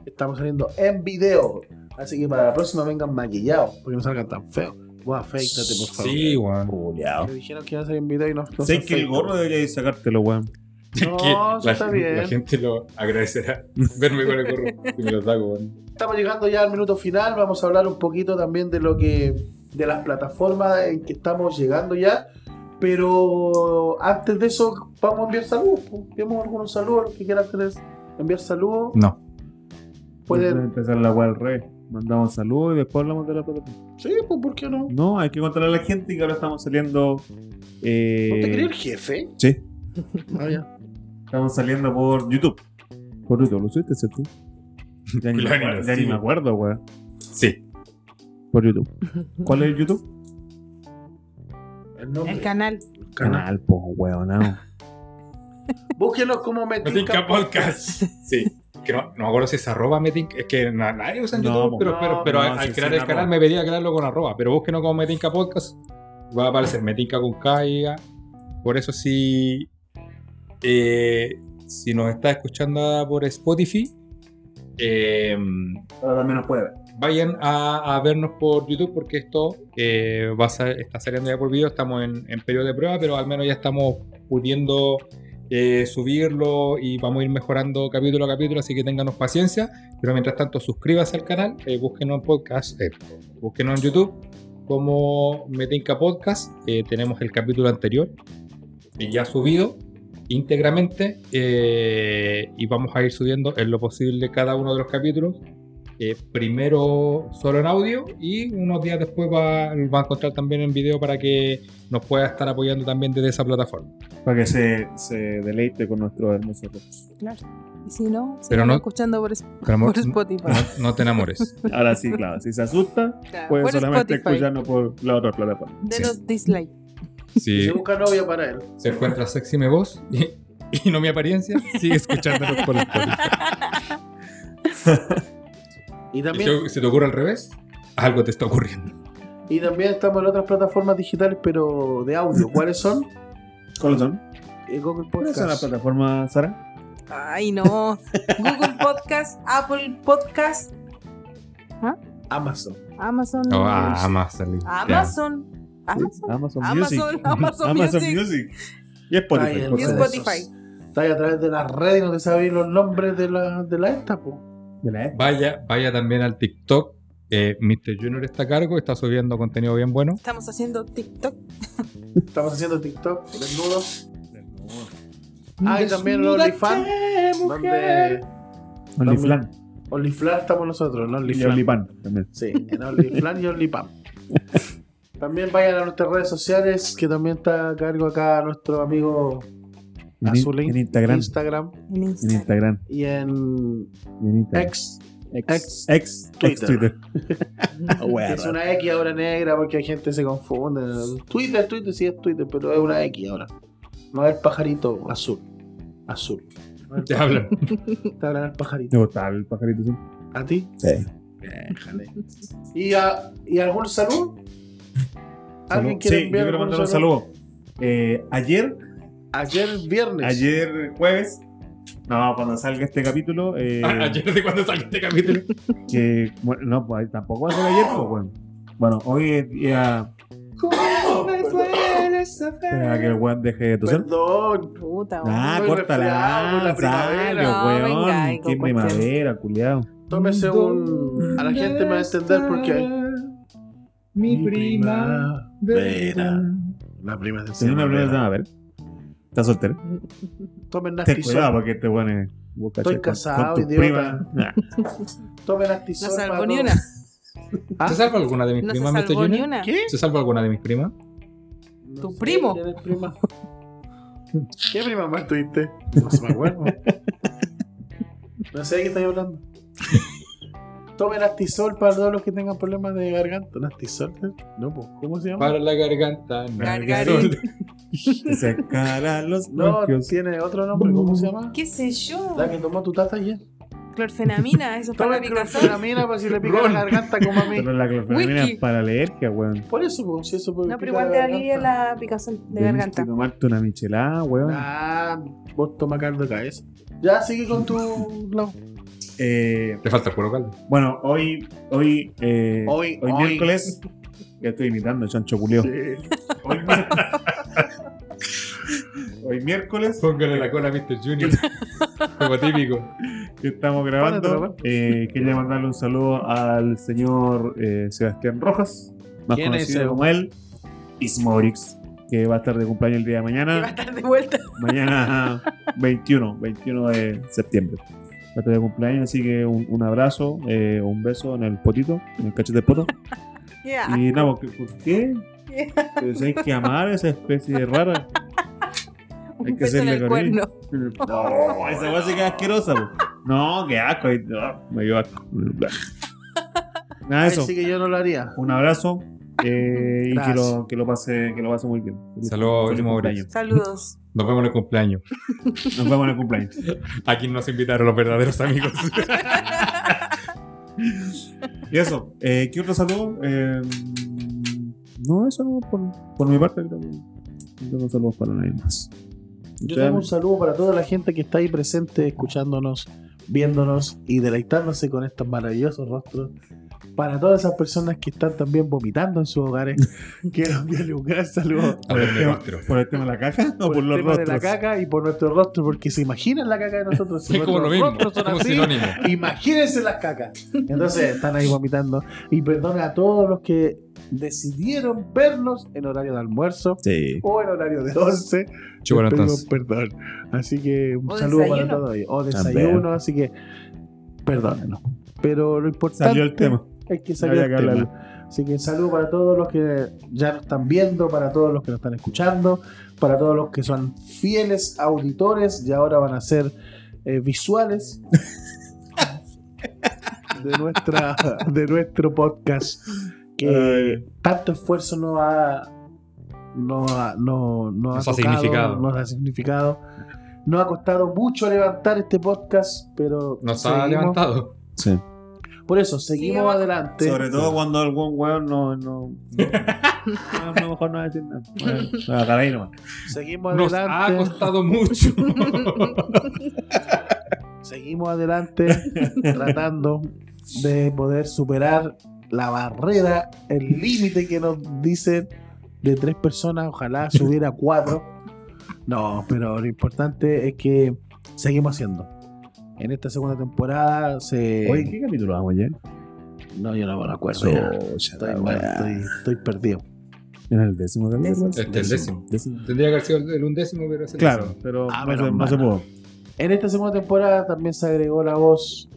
Estamos saliendo en video. Así que para la próxima vengan maquillados, porque no salgan tan feos. Vos afeítate, por favor. Sí, weón. Juliado. Me dijeron que iba a salir invitado y no. no Sé se que el afeitó. gorro debería sacártelo, weón. Es No, que eso la, está gente- bien. la gente lo agradecerá. *laughs* Verme con el gorro y me lo saco, weón. Estamos llegando ya al minuto final. Vamos a hablar un poquito también de lo que. de las plataformas en que estamos llegando ya. Pero antes de eso, vamos a enviar saludos. po. Enviamos algunos saludos que quieran tener. Enviar saludos. No. Antes de Pueden. empezar la weá al revés. Mandamos saludos y después hablamos de la plataforma. Sí, pues, ¿por qué no? ¿No No, hay que contarle a la gente que ahora estamos saliendo. Eh, te quería el jefe? Sí. Ah, ya. Estamos saliendo por YouTube. Por YouTube, ¿lo subiste, *laughs* cierto? Ya ni, me, Claro, acuerdo, ya sí. ni me acuerdo, weón. Sí. Por YouTube. ¿Cuál es el YouTube? El nombre. El canal. Canal. po, weón. No. Búsquenos como Metinca Metinca Podcast. Sí. Que no, no me acuerdo si es arroba Metinca. Es que na- nadie usa en No, YouTube, po. pero, No, pero, pero no, al, al sí, crear sí, el arroba. canal me pedía crearlo con arroba. Pero búsquenos como Metinca Podcast. Va a aparecer Metinca con K y A. Por eso si. eh, si nos está escuchando por Spotify. Eh, Ahora también nos puede ver. vayan a, a vernos por YouTube porque esto eh, va a ser- está saliendo ya por video, estamos en, en periodo de prueba, pero al menos ya estamos pudiendo eh, subirlo y vamos a ir mejorando capítulo a capítulo, así que ténganos paciencia, pero mientras tanto suscríbase al canal, eh, búsquenos en podcast, eh, búsquenos en YouTube como Metinca Podcast, eh, tenemos el capítulo anterior eh, ya subido íntegramente eh, y vamos a ir subiendo en lo posible cada uno de los capítulos eh, primero solo en audio y unos días después va, va a encontrar también en video para que nos pueda estar apoyando también desde esa plataforma. *laughs* Para que se, se deleite con nuestros hermosos rostros. Y si no, se Pero van no- escuchando por, Pero amor, por Spotify. no, no te *laughs* enamores. Ahora sí, claro. Si se asusta, Claro, puede por solamente Spotify. escucharnos por la otra plataforma. Sí. Denos dislike. Si Se busca novia para él. se encuentra sexy mi voz *laughs* y, y no mi apariencia, sigue escuchándonos por Spotify. Y Si también, te- Si te ocurre al revés, algo te está ocurriendo. y también estamos en otras plataformas digitales, pero de audio. ¿Cuáles son? ¿Cuáles son? Eh, Google ¿Cuáles son las Podcast. plataformas, Sara? Ay, no. Google Podcast, Apple Podcast, Amazon. Amazon. No, a- Amazon. Ah, Amazon. Sí, Amazon. Amazon, Amazon, Music. *laughs* Amazon Music. Y Spotify. Ay, por Y favor. entonces- Spotify. Está ahí a través de las redes y no te sabéis los nombres de la, de la esta, po. De la E. Vaya, vaya también al TikTok. Eh, Mr. Junior está a cargo, está subiendo contenido bien bueno. Estamos haciendo TikTok. Estamos haciendo TikTok, desnudos. Ah, y también los OnlyFans. Donde OnlyFlan. OnlyFans estamos nosotros, en Y OnlyFans. OnlyPan también. Sí, en OnlyFans *laughs* y OnlyPam. También vayan a nuestras redes sociales, que también está a cargo acá nuestro amigo En- Azulín. En Instagram. Instagram En En Instagram. Instagram. y en En Instagram. X. Ex. Ex. Twitter. Ex Twitter. Es una X ahora negra porque hay gente que se confunde. Twitter, Twitter, sí es Twitter, pero es una X ahora. No es el pajarito azul. Azul. No es el Te hablan. Te hablan el pajarito. Me gustaba el pajarito. sí. ¿A ti? Sí. ¿Y, a- ¿Y algún saludo? ¿Alguien Salud. quiere Sí, yo enviar quiero algún mandar un saludo. Eh, ayer, Ayer viernes. ayer jueves, no, cuando salga este capítulo, *laughs* eh, Ah, *laughs* yo no sé cuándo salió este capítulo. que, bueno, no, pues, tampoco va a ser ayer, pues, bueno. Bueno, hoy es día. Espera que el weón deje de toser. Perdón. Puta, Ah, Muy resfriado, córtala. la primavera. Salo, No, venga, ahí weón. con Qué primavera, culiao. Tómese un. A la gente me va a entender por qué. Mi prima. Vera. La prima del Señor, una primera, a ver. ¿Estás soltero? Ten Tomen Nastisol. cuidado porque este weón es. vos cachai, Estoy con- con casado, tu idiota. prima. Tomen No Nastisol. salvo para ni todo. una. Ah. ¿Se salva alguna de mis No se primas, Mr. salvó ni Junior? una. ¿Qué? ¿Se salva alguna de mis primas? No ¿Tu sé, primo? ¿quién *laughs* es prima? ¿Qué prima más tuviste? No se me acuerdo. No sé de qué estoy hablando. Tomen Nastisol para todos los que tengan problemas de garganta. ¿Nastisol? No, pues, ¿cómo se llama? Para la garganta. no. Gargarín. Te *laughs* sacará los No, bronquios. tiene otro nombre, ¿cómo se llama? ¿Qué sé yo? La que tomó tu tata ayer. Clorfenamina, eso es para la Toma picazón. clorfenamina para pues, si le pica Ron. la garganta como a mí. Pero la clorfenamina Whisky. es para alergia, weón. *laughs* Por eso, pues, si eso puede No, pero picar igual te garganta. alivia la picazón de Tenés garganta. que tomarte una michelada, weón. Ah, vos toma caldo de cabeza. Ya, sigue con tu... No. Eh, Le falta el puro caldo. bueno, hoy, hoy, eh, Hoy, hoy hoy. miércoles Ya estoy imitando, chancho culeo. Hoy, miércoles, *laughs* hoy miércoles Póngale la cola a Mr. *laughs* Junior. Como típico. que estamos grabando, eh, quería mandarle un saludo al señor eh, Sebastián Rojas, más ¿Quién es conocido ese? como él, Ismorix, que va a estar de cumpleaños el día de Que va a mañana. estar *laughs* de vuelta. *laughs* Mañana 21, 21 de septiembre. Va a estar de cumpleaños, así que un, un abrazo, eh, un beso en el potito, en el cachete del *laughs* poto. Ya. Y nada, porque- ¿por qué? Pues hay que amar a esa especie rara. Un hay que beso en hacerle el cariño. cuerno. No, *laughs* esa weá se queda asquerosa. po. No, qué asco. ahí- ah, Me dio asco. Nada, eso. Así que yo no lo haría. Un abrazo. eh, y que Gracias. lo, que, lo pase, que lo pase muy bien. Saludos, Mauricio. Feliz cumpleaños. Saludos. Nos vemos en el cumpleaños. Nos vemos en el cumpleaños. Aquí nos invitaron los verdaderos amigos. Y eso. Eh, ¿Qué otro saludo? Eh, no, eso no. Por, por mi parte, creo que no tengo saludos para nadie más. Yo tengo un saludo para toda la gente que está ahí presente, escuchándonos, viéndonos y deleitándose con estos maravillosos rostros. Para todas esas personas que están también vomitando en sus *laughs* hogares, quiero enviarle un gran saludo A ver, mi rostro. ¿Por el tema de la caja o por, el los tema rostros? de la caca y por nuestro rostro, porque se imaginan la caca de nosotros. Si Es como lo nuestros mismo. rostros Es son como así, sinónimo. Imagínense las cacas. Entonces están ahí vomitando. Y perdona a todos los que decidieron vernos en horario de almuerzo Sí. o en horario de 11. Chúpalo Les pedimos entonces. Perdón. Así que un O saludo para desayuno. todos ellos. O desayuno, así que perdónenos. Pero lo importante Salió el tema. es que salió Había el que tema. Así que saludo para todos los que ya nos están viendo, para todos los que nos están escuchando, para todos los que son fieles auditores y ahora van a ser eh, visuales de, nuestra, de nuestro podcast. Que Ay. tanto esfuerzo nos ha, nos ha, no- nos ha Nos ha tocado, significado. Nos ha significado. Nos ha costado mucho levantar este podcast, pero No estaba seguimos- levantado. Sí. Por eso, seguimos Sigamos. adelante. Sobre todo cuando algún weón no. *laughs* No, no, no, mejor no va a decir nada. Bueno, va a agarrar ahí nomás. Seguimos Nos ha adelante. costado mucho. Seguimos adelante *laughs* tratando de poder superar la barrera, el límite que nos dicen de tres personas. Ojalá *laughs* subiera a cuatro. No, pero lo importante es que seguimos haciendo. En esta segunda temporada se. Oye, ¿qué capítulo vamos ya? no, yo Pues no me lo acuerdo. ya. Estoy, Estoy mal, estoy- estoy perdido. En el décimo capítulo. Este es el décimo. Décimo. Tendría que haber sido el undécimo, pero es el Claro, décimo. pero Ah, no, se, menos no se mal. pudo. En esta segunda temporada también se agregó la voz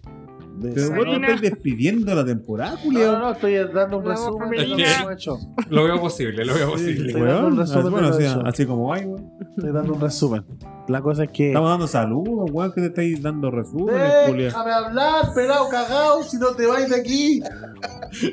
de. Pero Sara. vos te Sabina. estás despidiendo la temporada, No, no, Julio. no, estoy dando un La voz resumen de lo que femenina. hemos hecho. Lo veo posible, lo veo posible. estoy dando un Weón, resumen bueno, de así, eso. así como hay, weón. Estoy dando un resumen. La cosa es que. Estamos dando saludos, weón, que te estáis dando resúmenes, Julio. Déjame hablar, pelado cagado, si no te vais de aquí.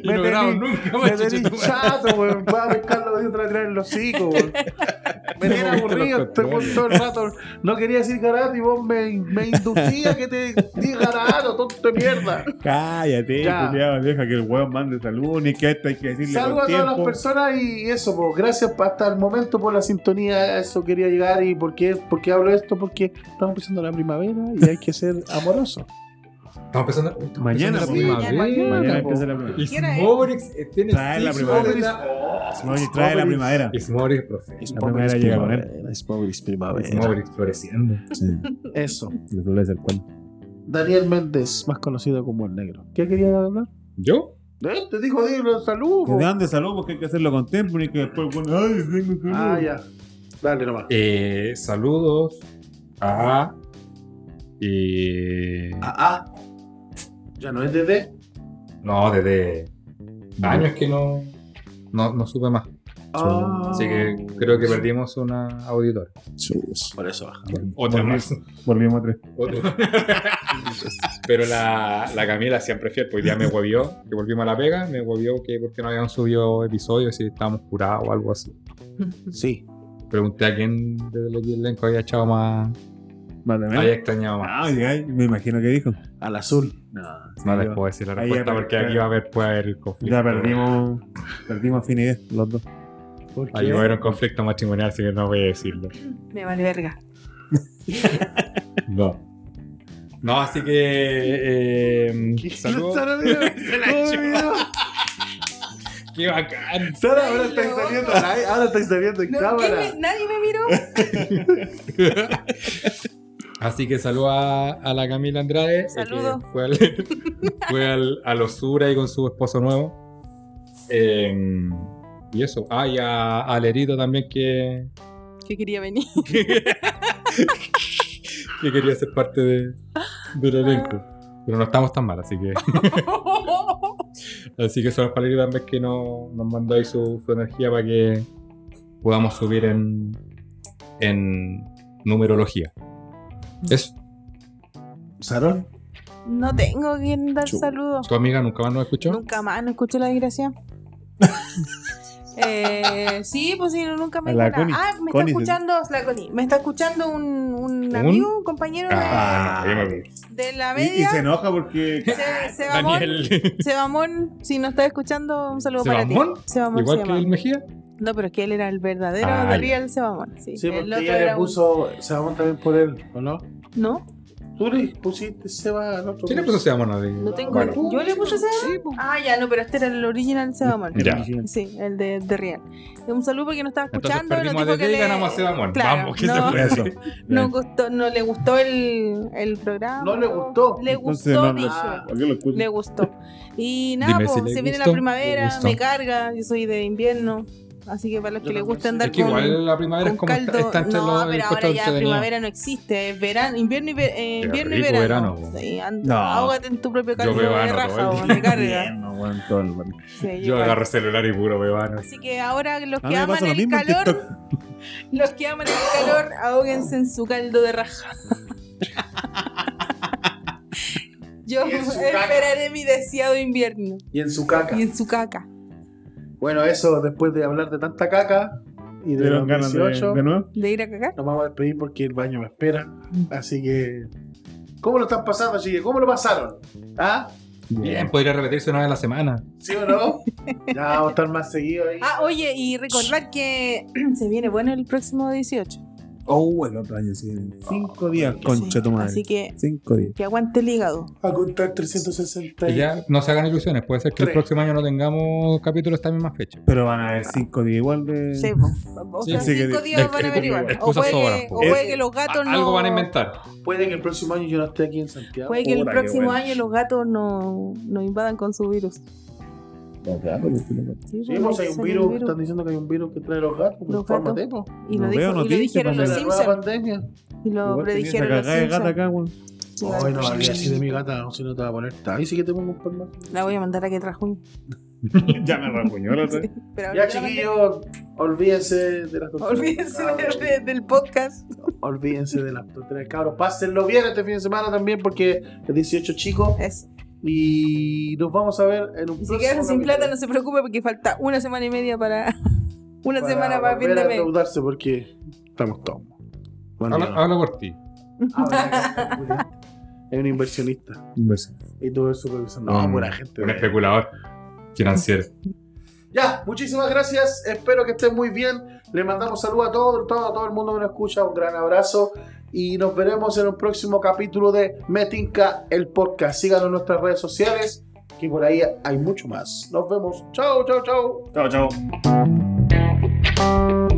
Y Me no grabo tenés- nunca Me más, tenés chuchetumare. chato, weón. Vas a pescar los dedos atrás en los hocicos, weón. Me tenés moviste aburrido, los este weón controles. todo el rato. No quería decir karate y vos me, me inducías que te diga garato, tonto *laughs* de mierda. Cállate, Ya. Julián, deja que el weón mande saludos, ni que esto hay que decirle Saludos con a todas las tiempo. personas y eso, pues, gracias hasta el momento por la sintonía, a eso quería llegar y por qué, por qué hablo de esto, porque estamos empezando la primavera y hay que ser amoroso. Estamos empezando. estamos Mañana, pues, empezando sí, la mañana, primavera. Mañana po. empieza la primavera. Y ¿Qué hora es? Smorix eh, tiene Trae la six primavera. óperas. Oye, trae la Smorix. primavera. Y Smorix, profe. La primavera llega con él. Es Maurice Primavera. Smorix Pues, floreciendo. Sí, Eso. le florece el cuello. Daniel Méndez, más conocido como el negro. ¿Qué quería hablar? ¿Yo? Eh, te dijo Dilo, Que te saludos. dan de salud porque hay que hacerlo con tiempo y que después, bueno, ay, tengo salud. Ah, ya. Dale nomás. Eh, saludos a. eh, Ah, ah. Ya no es DD. no, desde años que no, no, no supe más. Ah. Así que creo que perdimos una auditora. Chus. Por eso baja. Otra más. Volvimos a tres. *laughs* Otra. *laughs* Pero la, la Camila siempre fiel, pues ya me huevió, que volvimos a la pega, me huevió que porque no habían subido episodios, si estábamos curados o algo así. Sí. Pregunté a quién desde el elenco había echado más, Vale, había ¿no? extrañado más. Ah, ya, me imagino que dijo. Al azul. No, No les puedo decir la Ahí respuesta ya porque perdí- aquí va a haber, puede haber conflicto. Ya perdimos, perdimos afinidad los *laughs* dos. ¿Por Ahí qué? va a haber un conflicto matrimonial, así que no voy a decirlo. Me vale verga. No. No, así que. eh, ¿Qué? saludos. *laughs* Sara, mira. Se la echó. Oh, mira. ¡Qué bacán! *laughs* Sara, ahora estáis saliendo, al aire, ahora estáis saliendo en No, ¿quién cámara. me- nadie me miró. Así que saludo a, a la Camila Andrade. eh, que Saludo. Fue, al, *laughs* fue al- a los sur ahí con su esposo nuevo. Eh, y eso. Ah, y a Alerito también que, Que quería venir. *laughs* que quería ser parte de, del elenco. Pero no estamos tan mal, así que. Así que solo para ir también que no- nos mandó ahí su, su energía para que podamos subir en, en numerología. Mm. Eso, ¿Sarón? no tengo quien dar Chu. saludos. tu amiga nunca más nos escuchó. Nunca más, no escuché la desgracia. Eh, sí, pues sí, no, nunca me A la dijo nada. Connie. Ah, me Connie, está escuchando la Connie. Me está escuchando un, un ¿Un? amigo, un compañero de- Ah, ya me acordé. de, la Y, y media. se enoja porque. Se- se va Daniel. Sebamón, si nos estás escuchando, un saludo para ti. ¿Sebamón? Sebamón Igual se que llama. el Mejía. No, pero es que él era el verdadero Ah, ya. de Real Sebamón. Sí, Sí, porque el otro ella le era un- puso Sebamón también por él, ¿o no? ¿No? Tú le pusiste Seba al otro. ¿Quién le puso pues- Sebamón? a No la- tengo. Bueno. ¿Yo le puse Sebamón? Ah, ya, no, pero este era el original Sebamón. Ya. Sí, el de, de Real. Un saludo porque no estaba Entonces escuchando. perdimos no a dijo que Dede y le- ganamos a Sebamón. Claro, Vamos, que se no. fue así. Eso. no, gustó, no le gustó el, el programa. No le gustó. Le Entonces, gustó, no, dijo. ah. ¿Por qué lo escucho? Le gustó. Y nada, Dime po, si le se viene la gustó, le primavera, gustó. me carga, yo soy de invierno. Así que para los Yo que les también gusta soy. andar Es que con, igual la primavera es con como está, caldo. está entre no, los pero ahora puestos ya entretenidos. primavera no existe, es verano, invierno y, ver- eh, Qué invierno y rico verano. verano, po. Sí, No. anda, Ahógate en tu propio caldo veo de verano todo el raja, po, día. *laughs* me carga. Bien, no, weón, todo el- Sí, Yo igual. agarro celular y puro bebano. Así que ahora A los que mí me aman pasa lo el mismo en TikTok. calor, *laughs* los que aman el calor, ahóguense en su caldo de *laughs* raja. Yo Y en su caca. esperaré mi deseado invierno Y en su caca. y en su caca. Bueno, eso, después de hablar de tanta caca y de ¿Dieron los ganas de, 18, de nuevo? ¿De ir a cagar? nos vamos a despedir porque el baño me espera. Así que. ¿Cómo lo están pasando, chiquillos? ¿Cómo lo pasaron? ¿Ah? Bien, podría repetirse una vez a la semana. ¿Sí *laughs* o no? ya vamos a estar más seguidos ahí. Ah, oye, y recordar que *clears throat* se viene bueno el próximo 18. Oh, el otro año sí. Cinco días, concha Sí, tu madre. Así que Cinco días. que aguante el hígado. A contar 360. Y ya no se hagan ilusiones. Puede ser que el Tres. próximo año no tengamos capítulo esta misma fecha. Pero van a haber cinco días igual de. Sí, po. o Sí, sea, sí, que cinco de- días de- van a de- ver igual. O excusas puede, sobran, que, po. o puede que los gatos A- Ah, no. Algo van a inventar. Puede que el próximo año yo no esté aquí en Santiago. Puede que el Puta, qué próximo bueno. año los gatos no, no invadan con su virus. Sí, Sí, po, pues hay sale un el virus, están diciendo que hay un virus que trae los gatos, pues Los gatos. infórmate, po. Y lo, No dijo- veo y lo noticias, dijeron De los la nueva Simpsons. pandemia. Y lo predijeron los de gata Simpsons. acá, weón. Sí, Ay, no, vale. habría así de mi gata, no sé si no te va a poner. Ahí sí que te pongo un par más. La voy a mandar a que trajo un- *laughs* ya me rasguñó *laughs* la otra vez. Pero ahora Ya, la mandé. chiquillos, olvídense de las *laughs* tonterías. Olvídense cabros. de- de- del podcast. Olvídense de las tonterías, cabros. Pásenlo bien este fin de semana también, porque es 18 chicos. Eso. Y nos vamos a ver en un Y si próximo quedan sin capítulo. plata, no se preocupe porque falta una semana y media para. *laughs* Una semana para fin volver de a mes. endeudarse porque estamos todos. Bueno, Habla, habla por ti. habla, Julián. es un inversionista. Y tú eres supervisando. No, Un- buena Ah, gente. Un ¿verdad? especulador financiero. Ya, muchísimas gracias. Espero que estén muy bien. Le mandamos saludos a todo, todo- a todo el mundo que nos escucha. Un gran abrazo. Y nos veremos en un próximo capítulo de Metinca, el podcast. Síganos en nuestras redes sociales, que por ahí hay mucho más. Nos vemos. Chau, chau, chau. Chao, chao.